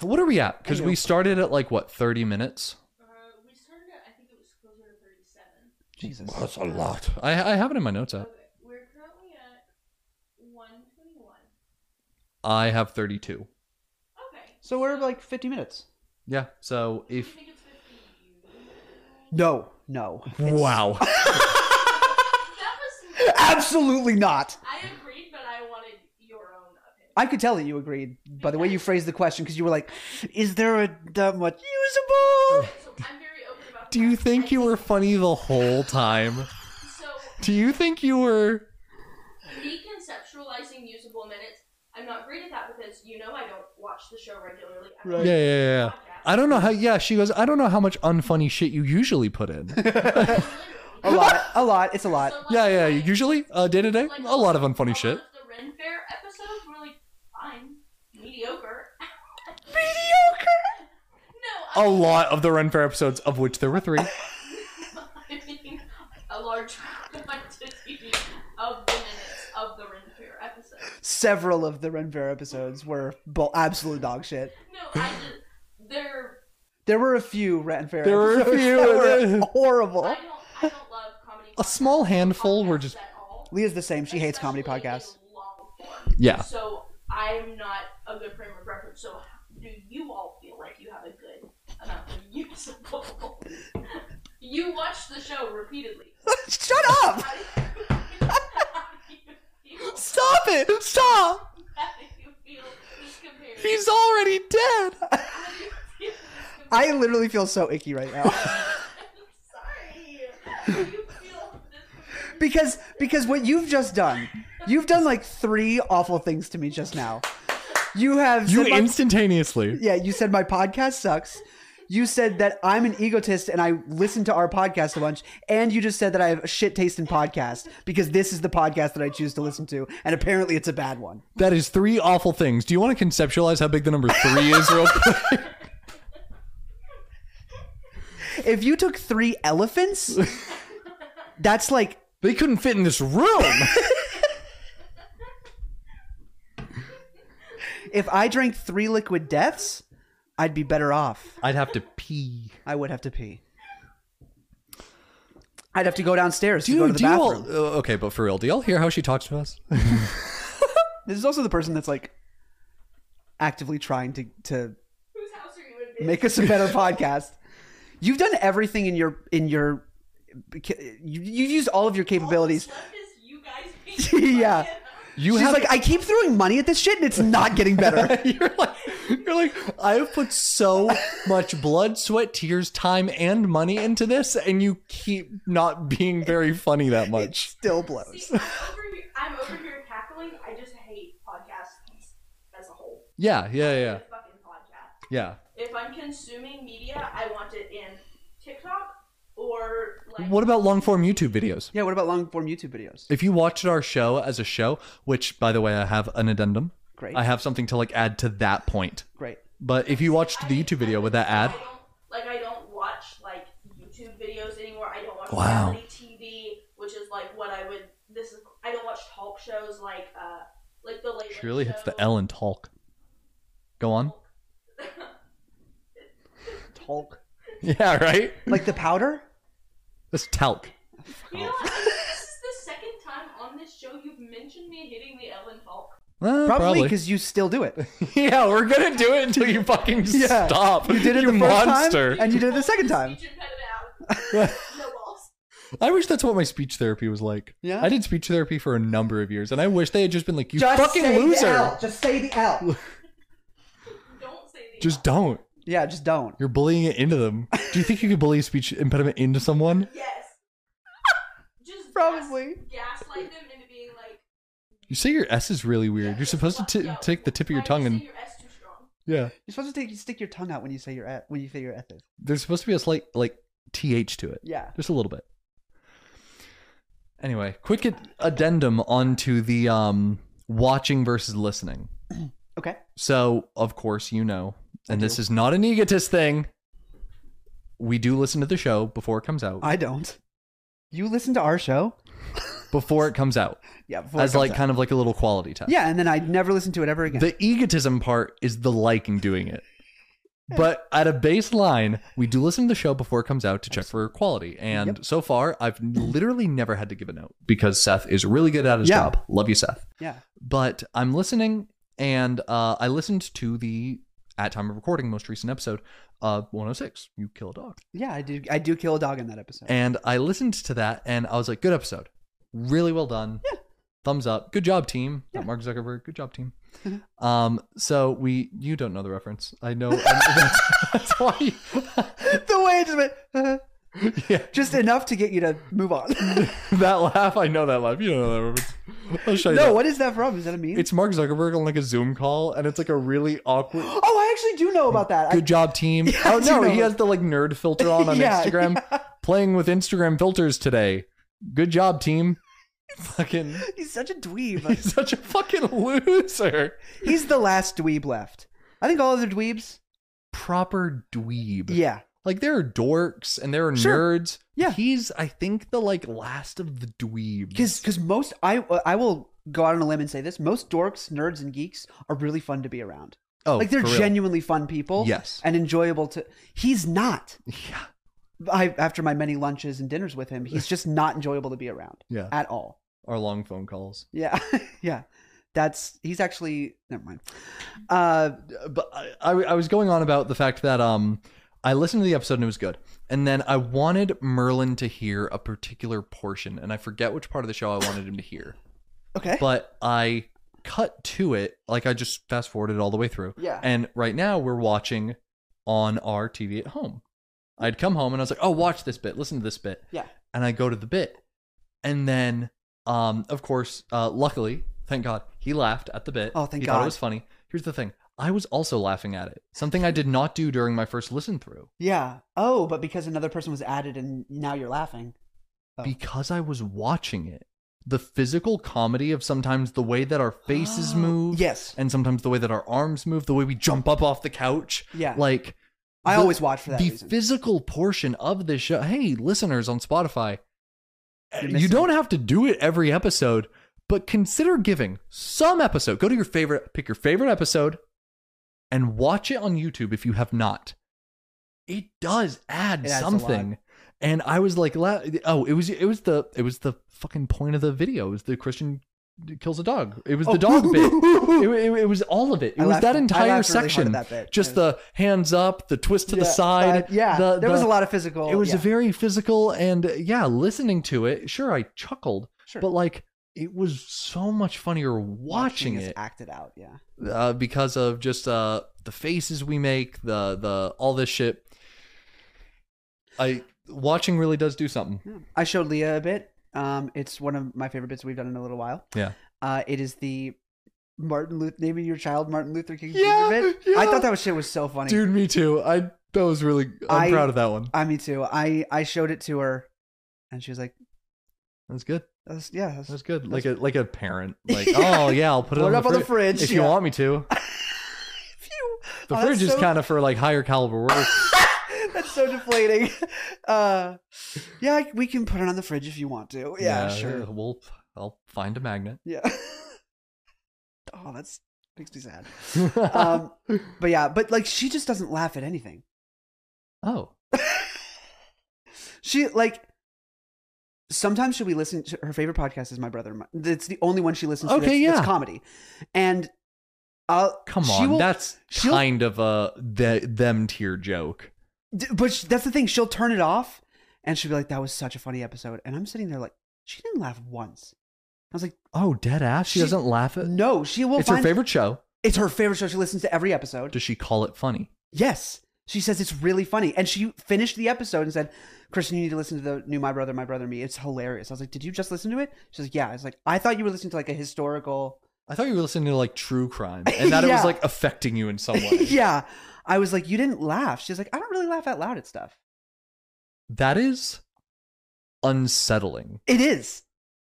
Speaker 1: What are we at? Because
Speaker 2: I
Speaker 1: we
Speaker 2: know.
Speaker 1: started at like what thirty minutes.
Speaker 3: Uh, we started at, I think it was closer to 37.
Speaker 2: Jesus.
Speaker 1: that's a lot. I I have it in my notes app.
Speaker 3: Okay, we're currently at 121.
Speaker 1: I have thirty two.
Speaker 3: Okay.
Speaker 2: So we're like 50 minutes.
Speaker 1: Yeah. So if
Speaker 3: I think it's 50.
Speaker 2: No, no.
Speaker 1: wow,
Speaker 3: That was.
Speaker 2: Absolutely not.
Speaker 3: I agreed, but I wanted your own opinion.
Speaker 2: I could tell that you agreed by the way you phrased the question because you were like, is there a that much usable?
Speaker 3: So I'm very open about
Speaker 1: do you
Speaker 3: that.
Speaker 1: think
Speaker 3: I
Speaker 1: you were funny the whole time?
Speaker 3: So,
Speaker 1: Do you think you were?
Speaker 3: deconceptualizing usable minutes, I'm not great at that because you know I don't watch the show regularly. I'm
Speaker 2: Right.
Speaker 1: Yeah, yeah, yeah.
Speaker 3: podcast.
Speaker 1: I don't know how. Yeah, she goes. I don't know how much unfunny shit you usually put in.
Speaker 2: A lot. A lot. It's a lot.
Speaker 3: So, like,
Speaker 1: yeah, yeah.
Speaker 3: like-
Speaker 1: Usually, uh, day to day,
Speaker 3: like,
Speaker 1: a lot of
Speaker 3: all
Speaker 1: unfunny
Speaker 3: of
Speaker 1: shit.
Speaker 3: The Ren Fair episodes were like fine, mediocre. mediocre. No, I
Speaker 1: A lot of the Ren Fair episodes, of which there were three.
Speaker 3: mean, a large quantity of the minutes of the Ren Fair episode.
Speaker 2: Several of the Renfair episodes were bo- absolute dog shit.
Speaker 3: No, I just they're
Speaker 2: There were a few Renfair
Speaker 1: There were a
Speaker 2: episodes
Speaker 1: few,
Speaker 2: that
Speaker 1: and
Speaker 2: were
Speaker 1: then-
Speaker 3: I
Speaker 2: horrible.
Speaker 3: don't I don't love comedy.
Speaker 1: A small handful were just.
Speaker 3: podcasts at all.
Speaker 2: Leah's the same. She hates comedy
Speaker 3: especially in
Speaker 2: podcasts.
Speaker 3: long form.
Speaker 1: Yeah.
Speaker 3: So I'm not a good frame of reference. So do you all feel like you have a good amount of usable? you watch the show repeatedly.
Speaker 2: Shut up!
Speaker 3: How do you, how do you feel?
Speaker 1: Stop it! Stop!
Speaker 3: How do you feel this compared?
Speaker 1: He's already dead.
Speaker 3: How do you feel this compared?
Speaker 2: I literally feel so icky right now
Speaker 3: Sorry. How do you feel this compared?
Speaker 2: because because what you've just done, you've done like three awful things to me just now. You have
Speaker 1: You
Speaker 2: said my-
Speaker 1: instantaneously.
Speaker 2: Yeah, you said my podcast sucks. You said that I'm an egotist and I listen to our podcast a bunch. And you just said that I have a shit taste in podcasts because this is the podcast that I choose to listen to. And apparently it's a bad one.
Speaker 1: That is three awful things. Do you want to conceptualize how big the number three is, real quick?
Speaker 2: If you took three elephants, that's like,
Speaker 1: They couldn't fit in this room.
Speaker 2: if I drank three liquid deaths, I'd be better off.
Speaker 1: I'd have to pee.
Speaker 2: I would have to pee. I'd have to go downstairs
Speaker 1: Do
Speaker 2: to go
Speaker 1: you?
Speaker 2: to the
Speaker 1: Do you all?
Speaker 2: bathroom.
Speaker 1: uh, okay, but for real, do y'all hear how she talks to us?
Speaker 2: This is also the person that's like actively trying to, to
Speaker 3: Whose house are you in? bitch?
Speaker 2: make us a better podcast. You've done everything in your in your you, you've used all of your capabilities.
Speaker 3: All that's left is you guys being
Speaker 2: Yeah.
Speaker 3: fucking-
Speaker 1: You
Speaker 2: She's
Speaker 1: have
Speaker 2: like, I keep throwing money at this shit and it's not getting better.
Speaker 1: you're like you're like I have put so much blood, sweat, tears, time, and money into this, and you keep not being very funny that
Speaker 2: it
Speaker 1: much.
Speaker 2: still
Speaker 3: See,
Speaker 2: blows.
Speaker 3: I'm over here. I'm over here cackling. I just hate podcasts as a whole.
Speaker 1: Yeah, yeah, yeah,
Speaker 3: The fucking podcast.
Speaker 1: yeah.
Speaker 3: If I'm consuming media, I want it in TikTok or like.
Speaker 1: What about long form YouTube videos?
Speaker 2: Yeah, what about long form YouTube videos?
Speaker 1: If you watched our show as a show, which by the way, I have an addendum.
Speaker 2: Great.
Speaker 1: I have something to like add to that point.
Speaker 2: Great.
Speaker 1: But if you watched the YouTube video with that ad,
Speaker 3: I don't, like I don't watch like YouTube videos anymore. I don't watch
Speaker 1: Wow.
Speaker 3: reality TV, which is like what I would. This is. I don't watch talk shows like uh like the late.
Speaker 1: she
Speaker 3: Late
Speaker 1: really hits the
Speaker 3: Show.
Speaker 1: L in talk. Go on.
Speaker 2: Talk.
Speaker 1: Yeah, right.
Speaker 2: Like the powder?
Speaker 1: That's talc.
Speaker 3: You know, what? I think this is the second time on this show you've mentioned me hitting the Ellen Hulk.
Speaker 1: Eh,
Speaker 2: Probably because you still do it.
Speaker 1: Yeah, we're gonna do it until you fucking
Speaker 2: Yeah.
Speaker 1: stop.
Speaker 2: You did it the first
Speaker 1: monster.
Speaker 2: time and you did it the second time.
Speaker 3: Speech impediment out. no balls.
Speaker 1: I wish that's what my speech therapy was like.
Speaker 2: Yeah?
Speaker 1: I did speech therapy for a number of years, and I wish they had just been like, "You
Speaker 2: Just
Speaker 1: fucking
Speaker 2: say the
Speaker 1: loser."
Speaker 2: L. Just say the L.
Speaker 3: Don't say the
Speaker 1: Just don't.
Speaker 2: Yeah, just don't.
Speaker 1: You're bullying it into them. Do you think you could bully a speech impediment into someone?
Speaker 3: yes. Just
Speaker 2: Probably.
Speaker 3: gas, gaslight them into being like.
Speaker 1: You say your S is really weird. You're supposed to t-
Speaker 3: yo,
Speaker 1: take the tip of your
Speaker 3: why
Speaker 1: tongue
Speaker 3: you say
Speaker 1: and
Speaker 3: your S too strong.
Speaker 1: yeah.
Speaker 2: You're supposed to take, stick your tongue out when you say your e- when you say your ethic.
Speaker 1: There's supposed to be a slight like th to it,
Speaker 2: Yeah.
Speaker 1: just a little bit. Anyway, quick ad- addendum onto the um watching versus listening.
Speaker 2: Okay.
Speaker 1: So, of course, you know, and this is not an egotist thing. We do listen to the show before it comes out.
Speaker 2: I don't. You listen to our show?
Speaker 1: before it comes out,
Speaker 2: Yeah, before it
Speaker 1: as
Speaker 2: comes
Speaker 1: like
Speaker 2: out.
Speaker 1: kind of like a little quality test.
Speaker 2: Yeah, and then I'd never listen to it ever again.
Speaker 1: The egotism part is the liking doing it. But at a baseline, we do listen to the show before it comes out to check for quality. And so far, I've literally never had to give a note because Seth is really good at his
Speaker 2: Yeah.
Speaker 1: job. Love you, Seth.
Speaker 2: yeah.
Speaker 1: but I'm listening, and uh, I listened to the at time of recording most recent episode of 106. You kill a dog,
Speaker 2: Yeah, I do I do kill a dog in that episode.
Speaker 1: and I listened to that, and I was like, good episode, really well done, thumbs up, good job team, Not Mark Zuckerberg, good job team. um, so we, you don't know the reference, I know, and that's, that's why, you-
Speaker 2: the way it just went uh,
Speaker 1: yeah,
Speaker 2: just enough to get you to move on.
Speaker 1: that laugh, I know that laugh, you don't know that reference. I'll show you.
Speaker 2: No,
Speaker 1: that.
Speaker 2: what is that from? Is that a meme?
Speaker 1: It's Mark Zuckerberg on like a Zoom call, and it's like a really awkward.
Speaker 2: oh, I actually do know about that. I-
Speaker 1: Good job, team.
Speaker 2: Yeah, I
Speaker 1: oh
Speaker 2: do
Speaker 1: no,
Speaker 2: know.
Speaker 1: he has the like nerd filter on on
Speaker 2: Yeah,
Speaker 1: Instagram. Playing with Instagram filters today. Good job, team. fucking,
Speaker 2: he's such a dweeb.
Speaker 1: he's such a fucking loser.
Speaker 2: he's the last dweeb left. I think all other dweebs.
Speaker 1: Proper dweeb.
Speaker 2: Yeah.
Speaker 1: Like there are dorks and there are
Speaker 2: Sure.
Speaker 1: nerds.
Speaker 2: Yeah.
Speaker 1: He's I think the like last of the dweebs.
Speaker 2: Because because most I I will go out on a limb and say this: most dorks, nerds, and geeks are really fun to be around.
Speaker 1: oh,
Speaker 2: like they're
Speaker 1: for real.
Speaker 2: genuinely fun people.
Speaker 1: Yes.
Speaker 2: and enjoyable to. He's not.
Speaker 1: Yeah.
Speaker 2: I after my many lunches and dinners with him, he's just not enjoyable to be around
Speaker 1: Yeah.
Speaker 2: at all.
Speaker 1: Our long phone calls.
Speaker 2: Yeah, yeah. That's he's actually never mind. Uh,
Speaker 1: but I, I, I was going on about the fact that um I listened to the episode and it was good, and then I wanted Merlin to hear a particular portion, and I forget which part of the show I wanted him to hear,
Speaker 2: okay.
Speaker 1: but I cut to it like I just fast forwarded all the way through,
Speaker 2: yeah.
Speaker 1: and right now we're watching on our TV at home. I'd come home and I was like, oh, watch this bit, listen to this bit,
Speaker 2: yeah.
Speaker 1: and I go to the bit, and then um of course uh luckily thank God he laughed at the bit.
Speaker 2: Oh, thank
Speaker 1: he thought
Speaker 2: God.
Speaker 1: it was funny. Here's the thing. I was also laughing at it. Something I did not do during my first listen through
Speaker 2: Yeah. Oh, but because another person was added and now you're laughing. Oh.
Speaker 1: because I was watching it. The physical comedy of sometimes the way that our faces
Speaker 2: Oh,
Speaker 1: move,
Speaker 2: yes.
Speaker 1: and sometimes the way that our arms move, the way we jump up off the couch,
Speaker 2: Yeah.
Speaker 1: like
Speaker 2: I
Speaker 1: the-
Speaker 2: always watch for that
Speaker 1: the
Speaker 2: reason.
Speaker 1: physical portion of this show. Hey, listeners on Spotify,
Speaker 2: You're
Speaker 1: you
Speaker 2: missing
Speaker 1: don't
Speaker 2: it.
Speaker 1: have to do it every episode, but consider giving some episode. Go to your favorite, pick your favorite episode, and watch it on YouTube if you have not. It does add
Speaker 2: It adds a lot.
Speaker 1: something. And I was like, la- oh, it was it was the it was the fucking point of the video. It was the Christian kills a dog. It was
Speaker 2: Oh.
Speaker 1: the dog bit. It, it- it was all of it. It
Speaker 2: I
Speaker 1: was
Speaker 2: laughed-
Speaker 1: that
Speaker 2: I
Speaker 1: entire
Speaker 2: laughed really hard at
Speaker 1: section.
Speaker 2: that bit.
Speaker 1: Just
Speaker 2: It was-
Speaker 1: the hands up, the twist to the
Speaker 2: Yeah,
Speaker 1: side.
Speaker 2: uh, yeah.
Speaker 1: the-
Speaker 2: there was
Speaker 1: the-
Speaker 2: a lot of physical.
Speaker 1: it was
Speaker 2: yeah.
Speaker 1: very physical and uh, yeah listening to it sure i chuckled
Speaker 2: Sure.
Speaker 1: but like it was so much funnier watching,
Speaker 2: us
Speaker 1: it
Speaker 2: acted out. Yeah.
Speaker 1: uh, because of just uh the faces we make the the all this shit i watching really does do something
Speaker 2: Yeah. I showed Leah a bit. Um, it's one of my favorite bits we've done in a little while.
Speaker 1: Yeah.
Speaker 2: Uh, it is the Martin Luther naming your child Martin Luther King Jr.
Speaker 1: Yeah,
Speaker 2: bit.
Speaker 1: yeah.
Speaker 2: I thought that was shit was so funny.
Speaker 1: dude me too i that was really i'm
Speaker 2: I-
Speaker 1: proud of that one
Speaker 2: I me too. I I showed it to her, and she was like,
Speaker 1: that's good
Speaker 2: that was, "Yeah, that's,
Speaker 1: that's good like a like a parent like
Speaker 2: Yeah.
Speaker 1: oh yeah i'll put it
Speaker 2: Put
Speaker 1: on,
Speaker 2: it
Speaker 1: the
Speaker 2: up on the
Speaker 1: fri-
Speaker 2: fridge,
Speaker 1: if you
Speaker 2: yeah.
Speaker 1: want me to
Speaker 2: Phew.
Speaker 1: the
Speaker 2: Oh, that's
Speaker 1: fridge is
Speaker 2: so-
Speaker 1: kind of for like higher caliber work
Speaker 2: That's so deflating. Uh, yeah, we can put it on the fridge if you want to. Yeah, sure.
Speaker 1: uh, we'll i'll find a magnet
Speaker 2: Yeah. oh, that's makes me sad. Um, but yeah, but like she just doesn't laugh at anything.
Speaker 1: oh,
Speaker 2: She like sometimes she'll be listening to her favorite podcast is my brother. and My, it's the only one she listens to.
Speaker 1: Okay,
Speaker 2: that's- that's
Speaker 1: yeah.
Speaker 2: comedy, and I'll
Speaker 1: come
Speaker 2: she
Speaker 1: on.
Speaker 2: will-
Speaker 1: that's
Speaker 2: she'll-
Speaker 1: kind of a the, them tier joke.
Speaker 2: D- but sh- that's the thing. She'll turn it off, and she'll be like, "That was such a funny episode," and I'm sitting there like, she didn't laugh once. I was like,
Speaker 1: Oh, dead ass. She,
Speaker 2: She-
Speaker 1: doesn't laugh at.
Speaker 2: "No, she will."
Speaker 1: Uh, it's
Speaker 2: find,
Speaker 1: her favorite show.
Speaker 2: It's her favorite show. She listens to every episode.
Speaker 1: Does she call it funny?
Speaker 2: Yes. She says it's really funny. And she finished the episode and said, Kristen, you need to listen to the new My Brother, My Brother Me. It's hilarious. I was like, Did you just listen to it? She's like, Yeah. I was like, I thought you were listening to like a historical.
Speaker 1: I thought you were listening to like true crime, and that it
Speaker 2: Yeah.
Speaker 1: was like affecting you in some way.
Speaker 2: yeah. I was like, You didn't laugh. She's like, I don't really laugh out loud at stuff.
Speaker 1: That is unsettling.
Speaker 2: It is.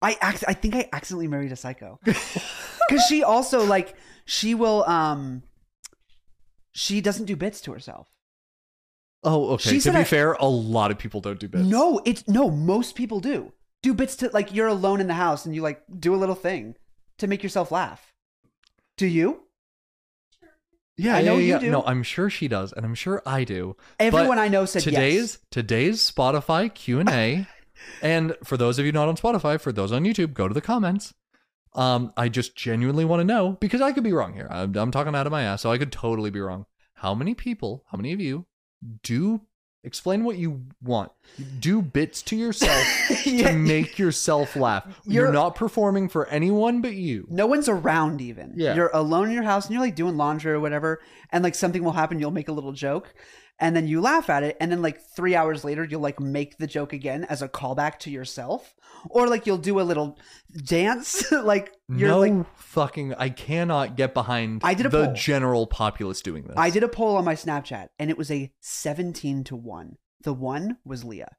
Speaker 2: I act I think I accidentally married a psycho. Cause she also like she will um she doesn't do bits to herself.
Speaker 1: Oh,
Speaker 2: She
Speaker 1: okay. to
Speaker 2: said
Speaker 1: be
Speaker 2: I-
Speaker 1: fair, a lot of people don't do bits.
Speaker 2: No, it's no, most people do. Do bits to like you're alone in the house and you like do a little thing to make yourself laugh. Do you?
Speaker 1: Yeah,
Speaker 2: I
Speaker 1: yeah,
Speaker 2: know
Speaker 1: yeah,
Speaker 2: you
Speaker 1: yeah.
Speaker 2: do.
Speaker 1: No, I'm sure she does, and I'm sure I do.
Speaker 2: Everyone
Speaker 1: But
Speaker 2: I know said yes.
Speaker 1: today's today's Spotify Q and A, and for those of you not on Spotify, for those on YouTube, go to the comments. Um, I just genuinely want to know because I could be wrong here. I'm, I'm talking out of my ass, so I could totally be wrong. How many people? How many of you do explain what you want? Do bits to yourself
Speaker 2: Yeah.
Speaker 1: to make yourself laugh. You're,
Speaker 2: You're-
Speaker 1: not performing for anyone but you.
Speaker 2: No one's around even.
Speaker 1: Yeah.
Speaker 2: You're alone in your house and you're like doing laundry or whatever and like something will happen, you'll make a little joke and then you laugh at it and then like three hours later you'll like make the joke again as a callback to yourself or like you'll do a little dance like you're
Speaker 1: no
Speaker 2: like
Speaker 1: fucking. I cannot get behind.
Speaker 2: I did a
Speaker 1: the
Speaker 2: poll.
Speaker 1: general populace doing this.
Speaker 2: i did a poll on my snapchat and it was a 17 to 1 the one was leah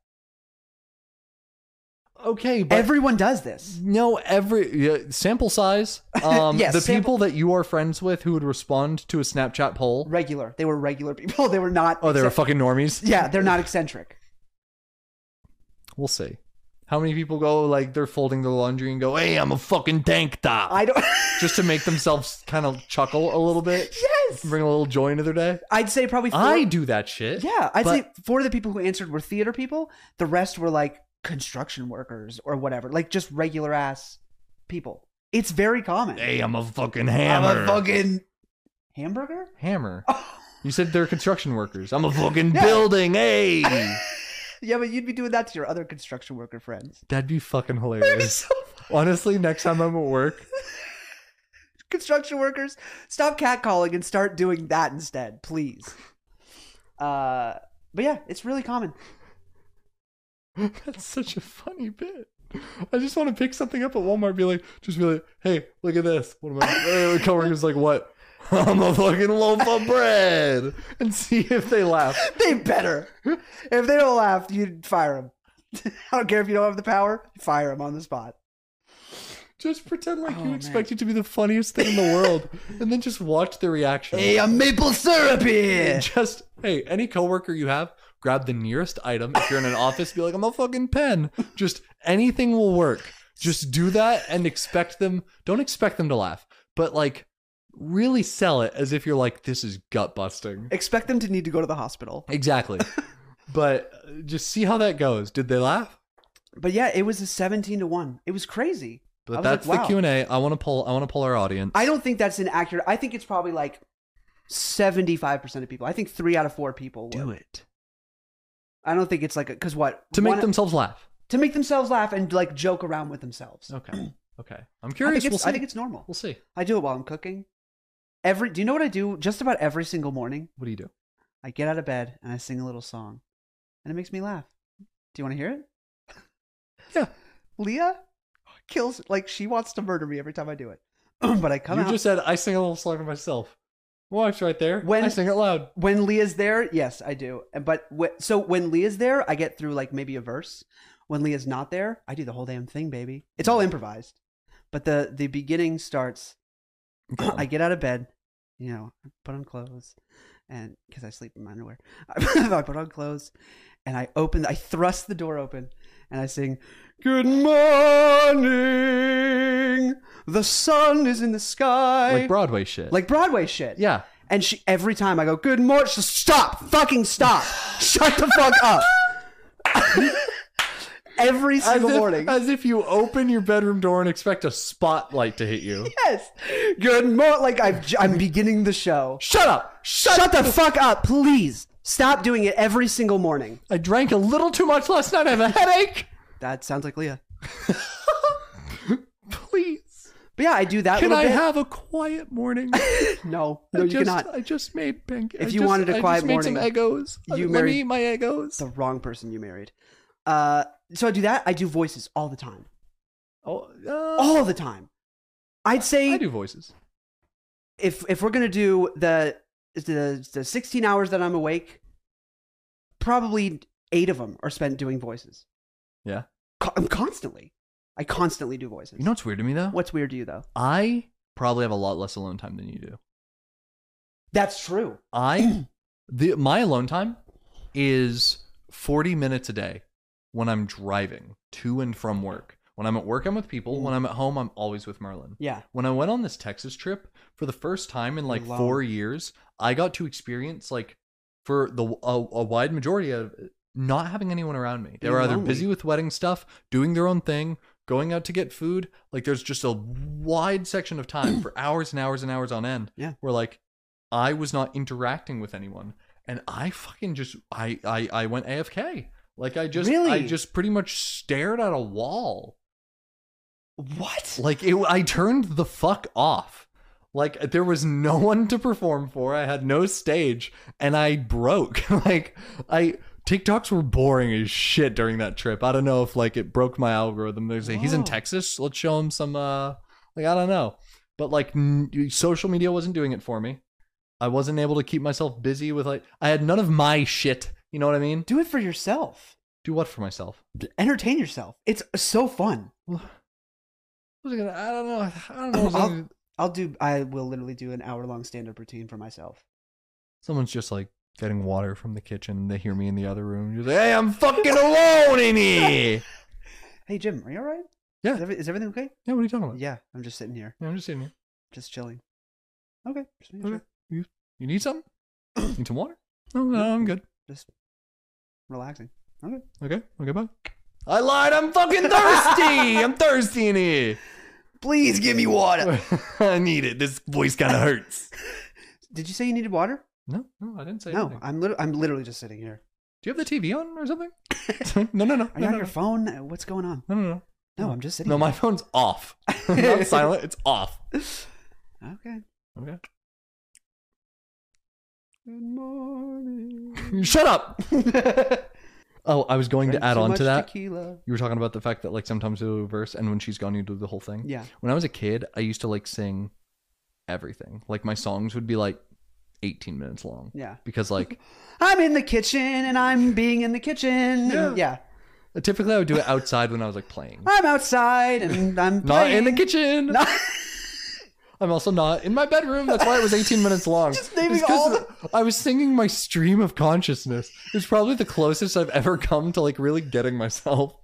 Speaker 1: Okay, but
Speaker 2: everyone does this
Speaker 1: No, every yeah, sample size. Um,
Speaker 2: Yes,
Speaker 1: the
Speaker 2: sample-
Speaker 1: people that you are friends with who would respond to a Snapchat poll.
Speaker 2: regular they were regular people they were not
Speaker 1: Oh, they're
Speaker 2: eccentric.
Speaker 1: fucking normies.
Speaker 2: yeah they're not eccentric
Speaker 1: We'll see. How many people go like they're folding their laundry and go, "Hey, I'm a fucking tank top,"
Speaker 2: i don't
Speaker 1: just to make themselves kind of chuckle a little bit,
Speaker 2: yes
Speaker 1: bring a little joy into their day.
Speaker 2: i'd say probably four,
Speaker 1: I do that shit.
Speaker 2: Yeah, I'd
Speaker 1: but-
Speaker 2: say four of the people who answered were theater people. The rest were like construction workers or whatever, like just regular ass people. It's very common.
Speaker 1: Hey, I'm a fucking
Speaker 2: I'm
Speaker 1: hammer.
Speaker 2: a fucking hamburger.
Speaker 1: hammer.
Speaker 2: Oh,
Speaker 1: You said they're construction workers. I'm a fucking
Speaker 2: Yeah.
Speaker 1: building. Hey,
Speaker 2: yeah, but you'd be doing that to your other construction worker friends.
Speaker 1: that'd be fucking hilarious. Honestly, next time I'm at work,
Speaker 2: Construction workers, stop catcalling and start doing that instead, please. Uh, but yeah, it's really common.
Speaker 1: That's such a funny bit. I just want to pick something up at Walmart, and be like, just be like, hey, look at this. One of my uh, coworkers like, what? I'm a fucking loaf of bread, and see if they laugh.
Speaker 2: They better. If they don't laugh, you fire them. I don't care if you don't have the power. Fire them on the spot.
Speaker 1: Just pretend like
Speaker 2: Oh,
Speaker 1: you
Speaker 2: man.
Speaker 1: expect it to be the funniest thing in the world, and then just watch the reaction.
Speaker 2: a maple syrup here.
Speaker 1: Just hey, any coworker you have, grab the nearest item. If you're in an office, be like, I'm a fucking pen. Just anything will work. Just do that and expect them. Don't expect them to laugh, but like really sell it as if you're like, this is gut busting.
Speaker 2: Expect them to need to go to the hospital.
Speaker 1: Exactly. but uh, just see how that goes. Did they laugh?
Speaker 2: But yeah, it was a 17 to 1. It was crazy. I
Speaker 1: But
Speaker 2: was
Speaker 1: that's
Speaker 2: like, wow.
Speaker 1: the Q and A. I want to pull. I want to pull our audience.
Speaker 2: I don't think that's inaccurate. I think it's probably like 75% of people. I think 3 out of 4 people would.
Speaker 1: it
Speaker 2: I don't think it's like a cuz what?
Speaker 1: to make
Speaker 2: One-
Speaker 1: themselves laugh.
Speaker 2: to make themselves laugh and like joke around with themselves.
Speaker 1: Okay. Okay. I'm
Speaker 2: I
Speaker 1: curious.
Speaker 2: think,
Speaker 1: We'll
Speaker 2: it's,
Speaker 1: see.
Speaker 2: I think it's normal.
Speaker 1: we'll see.
Speaker 2: I do it while I'm cooking. Every Do you know what I do just about every single morning?
Speaker 1: What do you do?
Speaker 2: I get out of bed and I sing a little song. And it makes me laugh. Do you want to hear it?
Speaker 1: Yeah.
Speaker 2: Leah kills like she wants to murder me every time I do it. but I come
Speaker 1: you
Speaker 2: out
Speaker 1: just said I sing a little song to myself. My wife's right there.
Speaker 2: When-
Speaker 1: I sing it loud.
Speaker 2: when Leah's there. Yes, I do. And- But wh- so when Leah's there, I get through like maybe a verse. When Leah's not there, I do the whole damn thing, baby. It's all improvised. But the the beginning starts. I get out of bed, you know, put on clothes, and because I sleep in my underwear, I put on clothes, and I open, I thrust the door open, and I sing, "Good morning, the sun is in the sky,"
Speaker 1: like Broadway shit.
Speaker 2: Like Broadway shit.
Speaker 1: yeah.
Speaker 2: And she every time I go, "Good morning," she'll stop, fucking stop, shut the fuck up. every
Speaker 1: As
Speaker 2: single
Speaker 1: if,
Speaker 2: morning.
Speaker 1: as if you open your bedroom door and expect a spotlight to hit you.
Speaker 2: yes. Good morning. Like I've, j- I'm beginning the show.
Speaker 1: Shut up!
Speaker 2: Shut, the fuck up, please. Stop doing it every single morning.
Speaker 1: I drank a little too much last night. I have a headache.
Speaker 2: That sounds like Leah.
Speaker 1: Please,
Speaker 2: But yeah, I do that.
Speaker 1: can
Speaker 2: little
Speaker 1: I
Speaker 2: bit.
Speaker 1: have a quiet morning?
Speaker 2: No, no,
Speaker 1: I
Speaker 2: you
Speaker 1: just,
Speaker 2: cannot.
Speaker 1: I just made pancakes.
Speaker 2: If
Speaker 1: I
Speaker 2: you
Speaker 1: just-
Speaker 2: wanted a
Speaker 1: I
Speaker 2: quiet
Speaker 1: just made some
Speaker 2: morning,
Speaker 1: egos.
Speaker 2: you
Speaker 1: Let
Speaker 2: married-
Speaker 1: me eat my egos.
Speaker 2: the wrong person you married. Uh, so I do that. I do voices all the time,
Speaker 1: Oh, uh,
Speaker 2: all the time. I'd say
Speaker 1: I do voices.
Speaker 2: if if we're gonna do the the the 16 hours that I'm awake, probably eight of them are spent doing voices.
Speaker 1: Yeah.
Speaker 2: Co- I'm constantly. I constantly do voices.
Speaker 1: You know what's weird to me though?
Speaker 2: What's weird to you though?
Speaker 1: I probably have a lot less alone time than you do.
Speaker 2: That's true.
Speaker 1: I the my alone time is 40 minutes a day when I'm driving to and from work. When I'm at work, I'm with people. When I'm at home, I'm always with Merlin.
Speaker 2: Yeah.
Speaker 1: When I went on this Texas trip for the first time in like
Speaker 2: Alone.
Speaker 1: 4 years, I got to experience like for the a, a wide majority of it, not having anyone around me. They
Speaker 2: Being
Speaker 1: were either
Speaker 2: lonely.
Speaker 1: busy with wedding stuff, doing their own thing, going out to get food. Like there's just a wide section of time for hours and hours and hours on end
Speaker 2: Yeah.
Speaker 1: where like I was not interacting with anyone, and I fucking just I I, I went AFK. Like I just I
Speaker 2: Really?
Speaker 1: just pretty much stared at a wall.
Speaker 2: What?
Speaker 1: Like it, I turned the fuck off. Like there was no one to perform for. I had no stage and I broke. like I TikToks were boring as shit during that trip. I don't know if like it broke my algorithm. They say he's in
Speaker 2: Whoa.
Speaker 1: Texas. Let's show him some uh like I don't know. But like n- social media wasn't doing it for me. I wasn't able to keep myself busy with like I had none of my shit. You know what I mean?
Speaker 2: Do it for yourself.
Speaker 1: Do what for myself?
Speaker 2: Entertain yourself. It's so fun.
Speaker 1: I was gonna- I don't know. I don't know.
Speaker 2: I'll- I'll do. I will literally do an hour long stand up routine for myself.
Speaker 1: Someone's just like getting water from the kitchen. They hear me in the other room. You're like, hey, I'm fucking alone in here.
Speaker 2: Hey Jim, are you all right?
Speaker 1: Yeah.
Speaker 2: Is, every- is everything okay?
Speaker 1: Yeah, what are you talking about?
Speaker 2: Yeah, I'm just sitting here,
Speaker 1: Yeah, I'm just sitting here.
Speaker 2: just chilling. Okay. Just making
Speaker 1: Okay.
Speaker 2: sure.
Speaker 1: You, you need something? need some water? No, no, I'm good.
Speaker 2: Just relaxing. Okay.
Speaker 1: Okay, okay, bye. I lied. I'm fucking thirsty. I'm thirsty in here.
Speaker 2: Please give me water.
Speaker 1: I need it. This voice kind of hurts.
Speaker 2: Did you say you needed water?
Speaker 1: No, no, I didn't say
Speaker 2: No,
Speaker 1: anything.
Speaker 2: I'm lit- I'm literally just sitting here.
Speaker 1: Do you have the TV on or something? no, no, no. no,
Speaker 2: Are you on
Speaker 1: no,
Speaker 2: your
Speaker 1: no.
Speaker 2: phone? Uh, What's going on?
Speaker 1: No, no, no.
Speaker 2: No, I'm just sitting.
Speaker 1: No,
Speaker 2: here.
Speaker 1: my phone's off. Not silent. It's off.
Speaker 2: Okay.
Speaker 1: Okay.
Speaker 2: Good morning.
Speaker 1: Shut up. Oh, I was going
Speaker 2: Drank
Speaker 1: to add
Speaker 2: so
Speaker 1: on
Speaker 2: much
Speaker 1: to that.
Speaker 2: Tequila.
Speaker 1: You were talking about the fact that like sometimes you do a verse, and when she's gone, you do the whole thing.
Speaker 2: Yeah.
Speaker 1: When I was a kid, I used to like sing everything. Like my songs would be like 18 minutes long.
Speaker 2: Yeah.
Speaker 1: Because like
Speaker 2: I'm in the kitchen and I'm being in the kitchen. Yeah.
Speaker 1: Yeah.
Speaker 2: yeah.
Speaker 1: typically I would do it outside when I was like playing.
Speaker 2: I'm outside and I'm
Speaker 1: Not in the
Speaker 2: playing.
Speaker 1: kitchen.
Speaker 2: Not-
Speaker 1: I'm also not in my bedroom. That's why it was 18 minutes long.
Speaker 2: Just naming
Speaker 1: It's 'cause
Speaker 2: all the-
Speaker 1: I was singing my stream of consciousness. It's probably the closest I've ever come to like really getting myself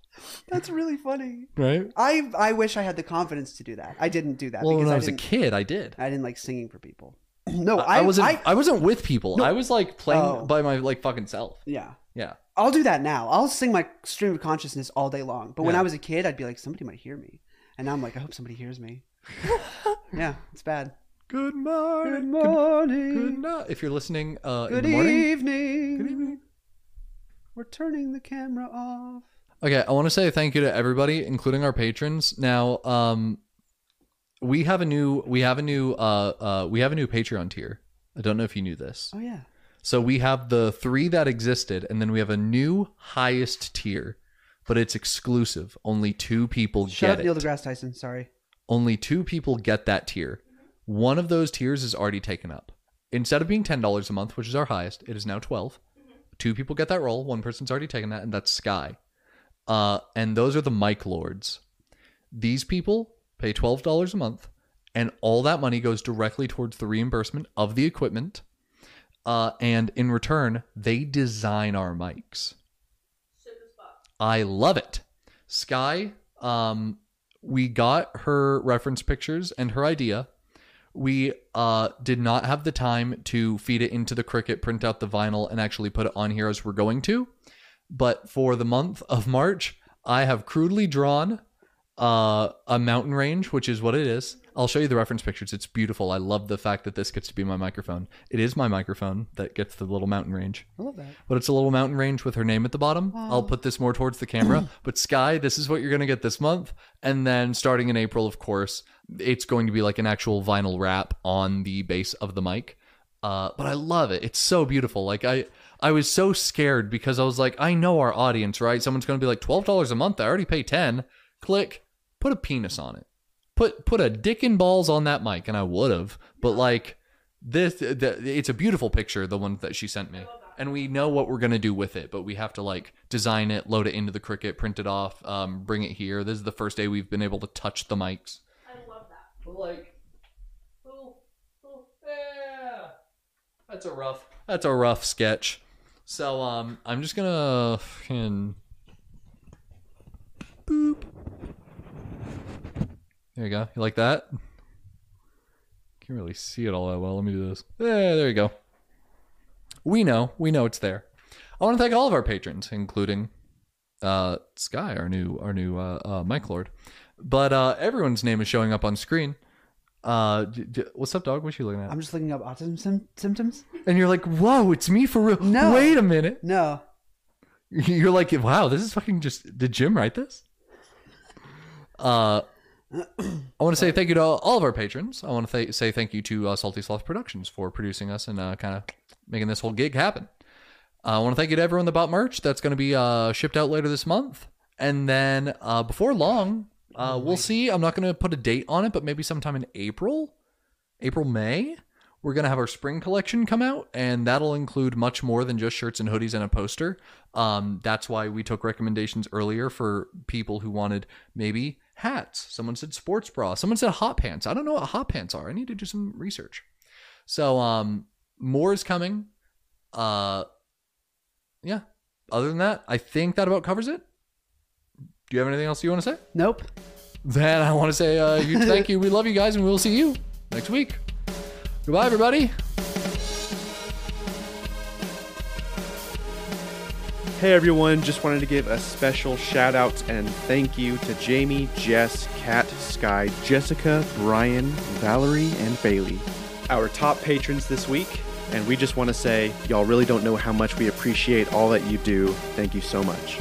Speaker 2: That's really funny.
Speaker 1: right.
Speaker 2: I I wish I had the confidence to do that. I didn't do that
Speaker 1: Well,
Speaker 2: because
Speaker 1: when I,
Speaker 2: I,
Speaker 1: was a
Speaker 2: didn't,
Speaker 1: kid, I did.
Speaker 2: I didn't like singing for people. No,
Speaker 1: I,
Speaker 2: I,
Speaker 1: wasn't.
Speaker 2: I-
Speaker 1: I, wasn't with people. I was like playing
Speaker 2: Oh.
Speaker 1: by my like fucking self.
Speaker 2: yeah.
Speaker 1: Yeah.
Speaker 2: I'll do that now. I'll sing my stream of consciousness all day long. But when
Speaker 1: Yeah.
Speaker 2: I was a kid, I'd be like, somebody might hear me, and now I'm like, I hope somebody hears me. yeah, it's bad.
Speaker 1: Good morning.
Speaker 2: Good
Speaker 1: Good
Speaker 2: morning.
Speaker 1: Good night. If you're listening uh, in
Speaker 2: Good
Speaker 1: the morning.
Speaker 2: evening.
Speaker 1: Good evening.
Speaker 2: We're turning the camera off.
Speaker 1: Okay, I want to say thank you to everybody, including our patrons. Now, um, we have a new we have a new uh, uh, we have a new Patreon tier. I don't know if you knew this.
Speaker 2: Oh yeah.
Speaker 1: So we have the three that existed, and then we have a new highest tier, but it's exclusive. Only two people
Speaker 2: Shut
Speaker 1: get
Speaker 2: up,
Speaker 1: it.
Speaker 2: Neil deGrasse Tyson. Sorry.
Speaker 1: Only two people get that tier. One of those tiers is already taken up. Instead of being ten dollars a month, which is our highest, it is now twelve. Two people get that role. One person's already taken that, and that's Sky. Uh, and those are the Mike Lords. These people pay twelve dollars a month, and all that money goes directly towards the reimbursement of the equipment. Uh, and in return, they design our mics. I love it. Sky, um, we got her reference pictures and her idea. We uh, did not have the time to feed it into the Cricut, print out the vinyl, and actually put it on here as we're going to. But for the month of March, I have crudely drawn uh, a mountain range, which is what it is. I'll show you the reference pictures. It's beautiful. I love the fact that this gets to be my microphone. It is my microphone that gets the little mountain range
Speaker 2: I love that.
Speaker 1: but it's a little mountain range with her name at the bottom. I'll put this more towards the camera. but Sky, this is what you're going to get this month. And then starting in April, of course, it's going to be like an actual vinyl wrap on the base of the mic. Uh, but I love it. It's so beautiful. Like I, I was so scared because I was like, I know our audience, right? Someone's going to be like, twelve dollars a month. I already pay ten. Click, put a penis on it. Put put a dick and balls on that mic, and I would have. But like this uh, the, it's a beautiful picture the one that she sent me and we know what we're going to do with it but we have to like design it load it into the cricut print it off um, bring it here this is the first day we've been able to touch the mics
Speaker 3: I love that. oh,
Speaker 1: like yeah. that's a rough that's a rough sketch so um i'm just gonna fucking boop there you go you like that can't really see it all that well let me do this yeah there you go we know we know it's there i want to thank all of our patrons including uh sky our new our new uh, uh mike lord but uh everyone's name is showing up on screen uh d- d- what's up dog what you looking at
Speaker 2: I'm just looking up autism sym- symptoms.
Speaker 1: and you're like whoa it's me for real
Speaker 2: No.
Speaker 1: wait a minute
Speaker 2: No.
Speaker 1: you're like wow this is fucking just did jim write this uh I want to say thank you to all of our patrons. I want to th- say thank you to uh, Salty Sloth Productions for producing us and uh, kind of making this whole gig happen. Uh, I want to thank you to everyone that bought merch that's going to be uh, shipped out later this month. And then uh, before long, uh, we'll see. I'm not going to put a date on it, but maybe sometime in April, April, May, we're going to have our spring collection come out. And that'll include much more than just shirts and hoodies and a poster. Um, that's why we took recommendations earlier for people who wanted maybe hats. Someone said sports bra. Someone said hot pants. I don't know what hot pants are. I need to do some research. So um, more is coming. Uh, yeah. Other than that, I think that about covers it. Do you have anything else you want to say?
Speaker 2: Nope.
Speaker 1: Then I want to say uh, huge thank you. We love you guys, and we will see you next week. Goodbye, everybody.
Speaker 4: Hey everyone, just wanted to give a special shout out and thank you to Jamie, Jess, Kat, Sky, Jessica, Brian, Valerie, and Bailey, our top patrons this week. And we just want to say, y'all really don't know how much we appreciate all that you do. Thank you so much.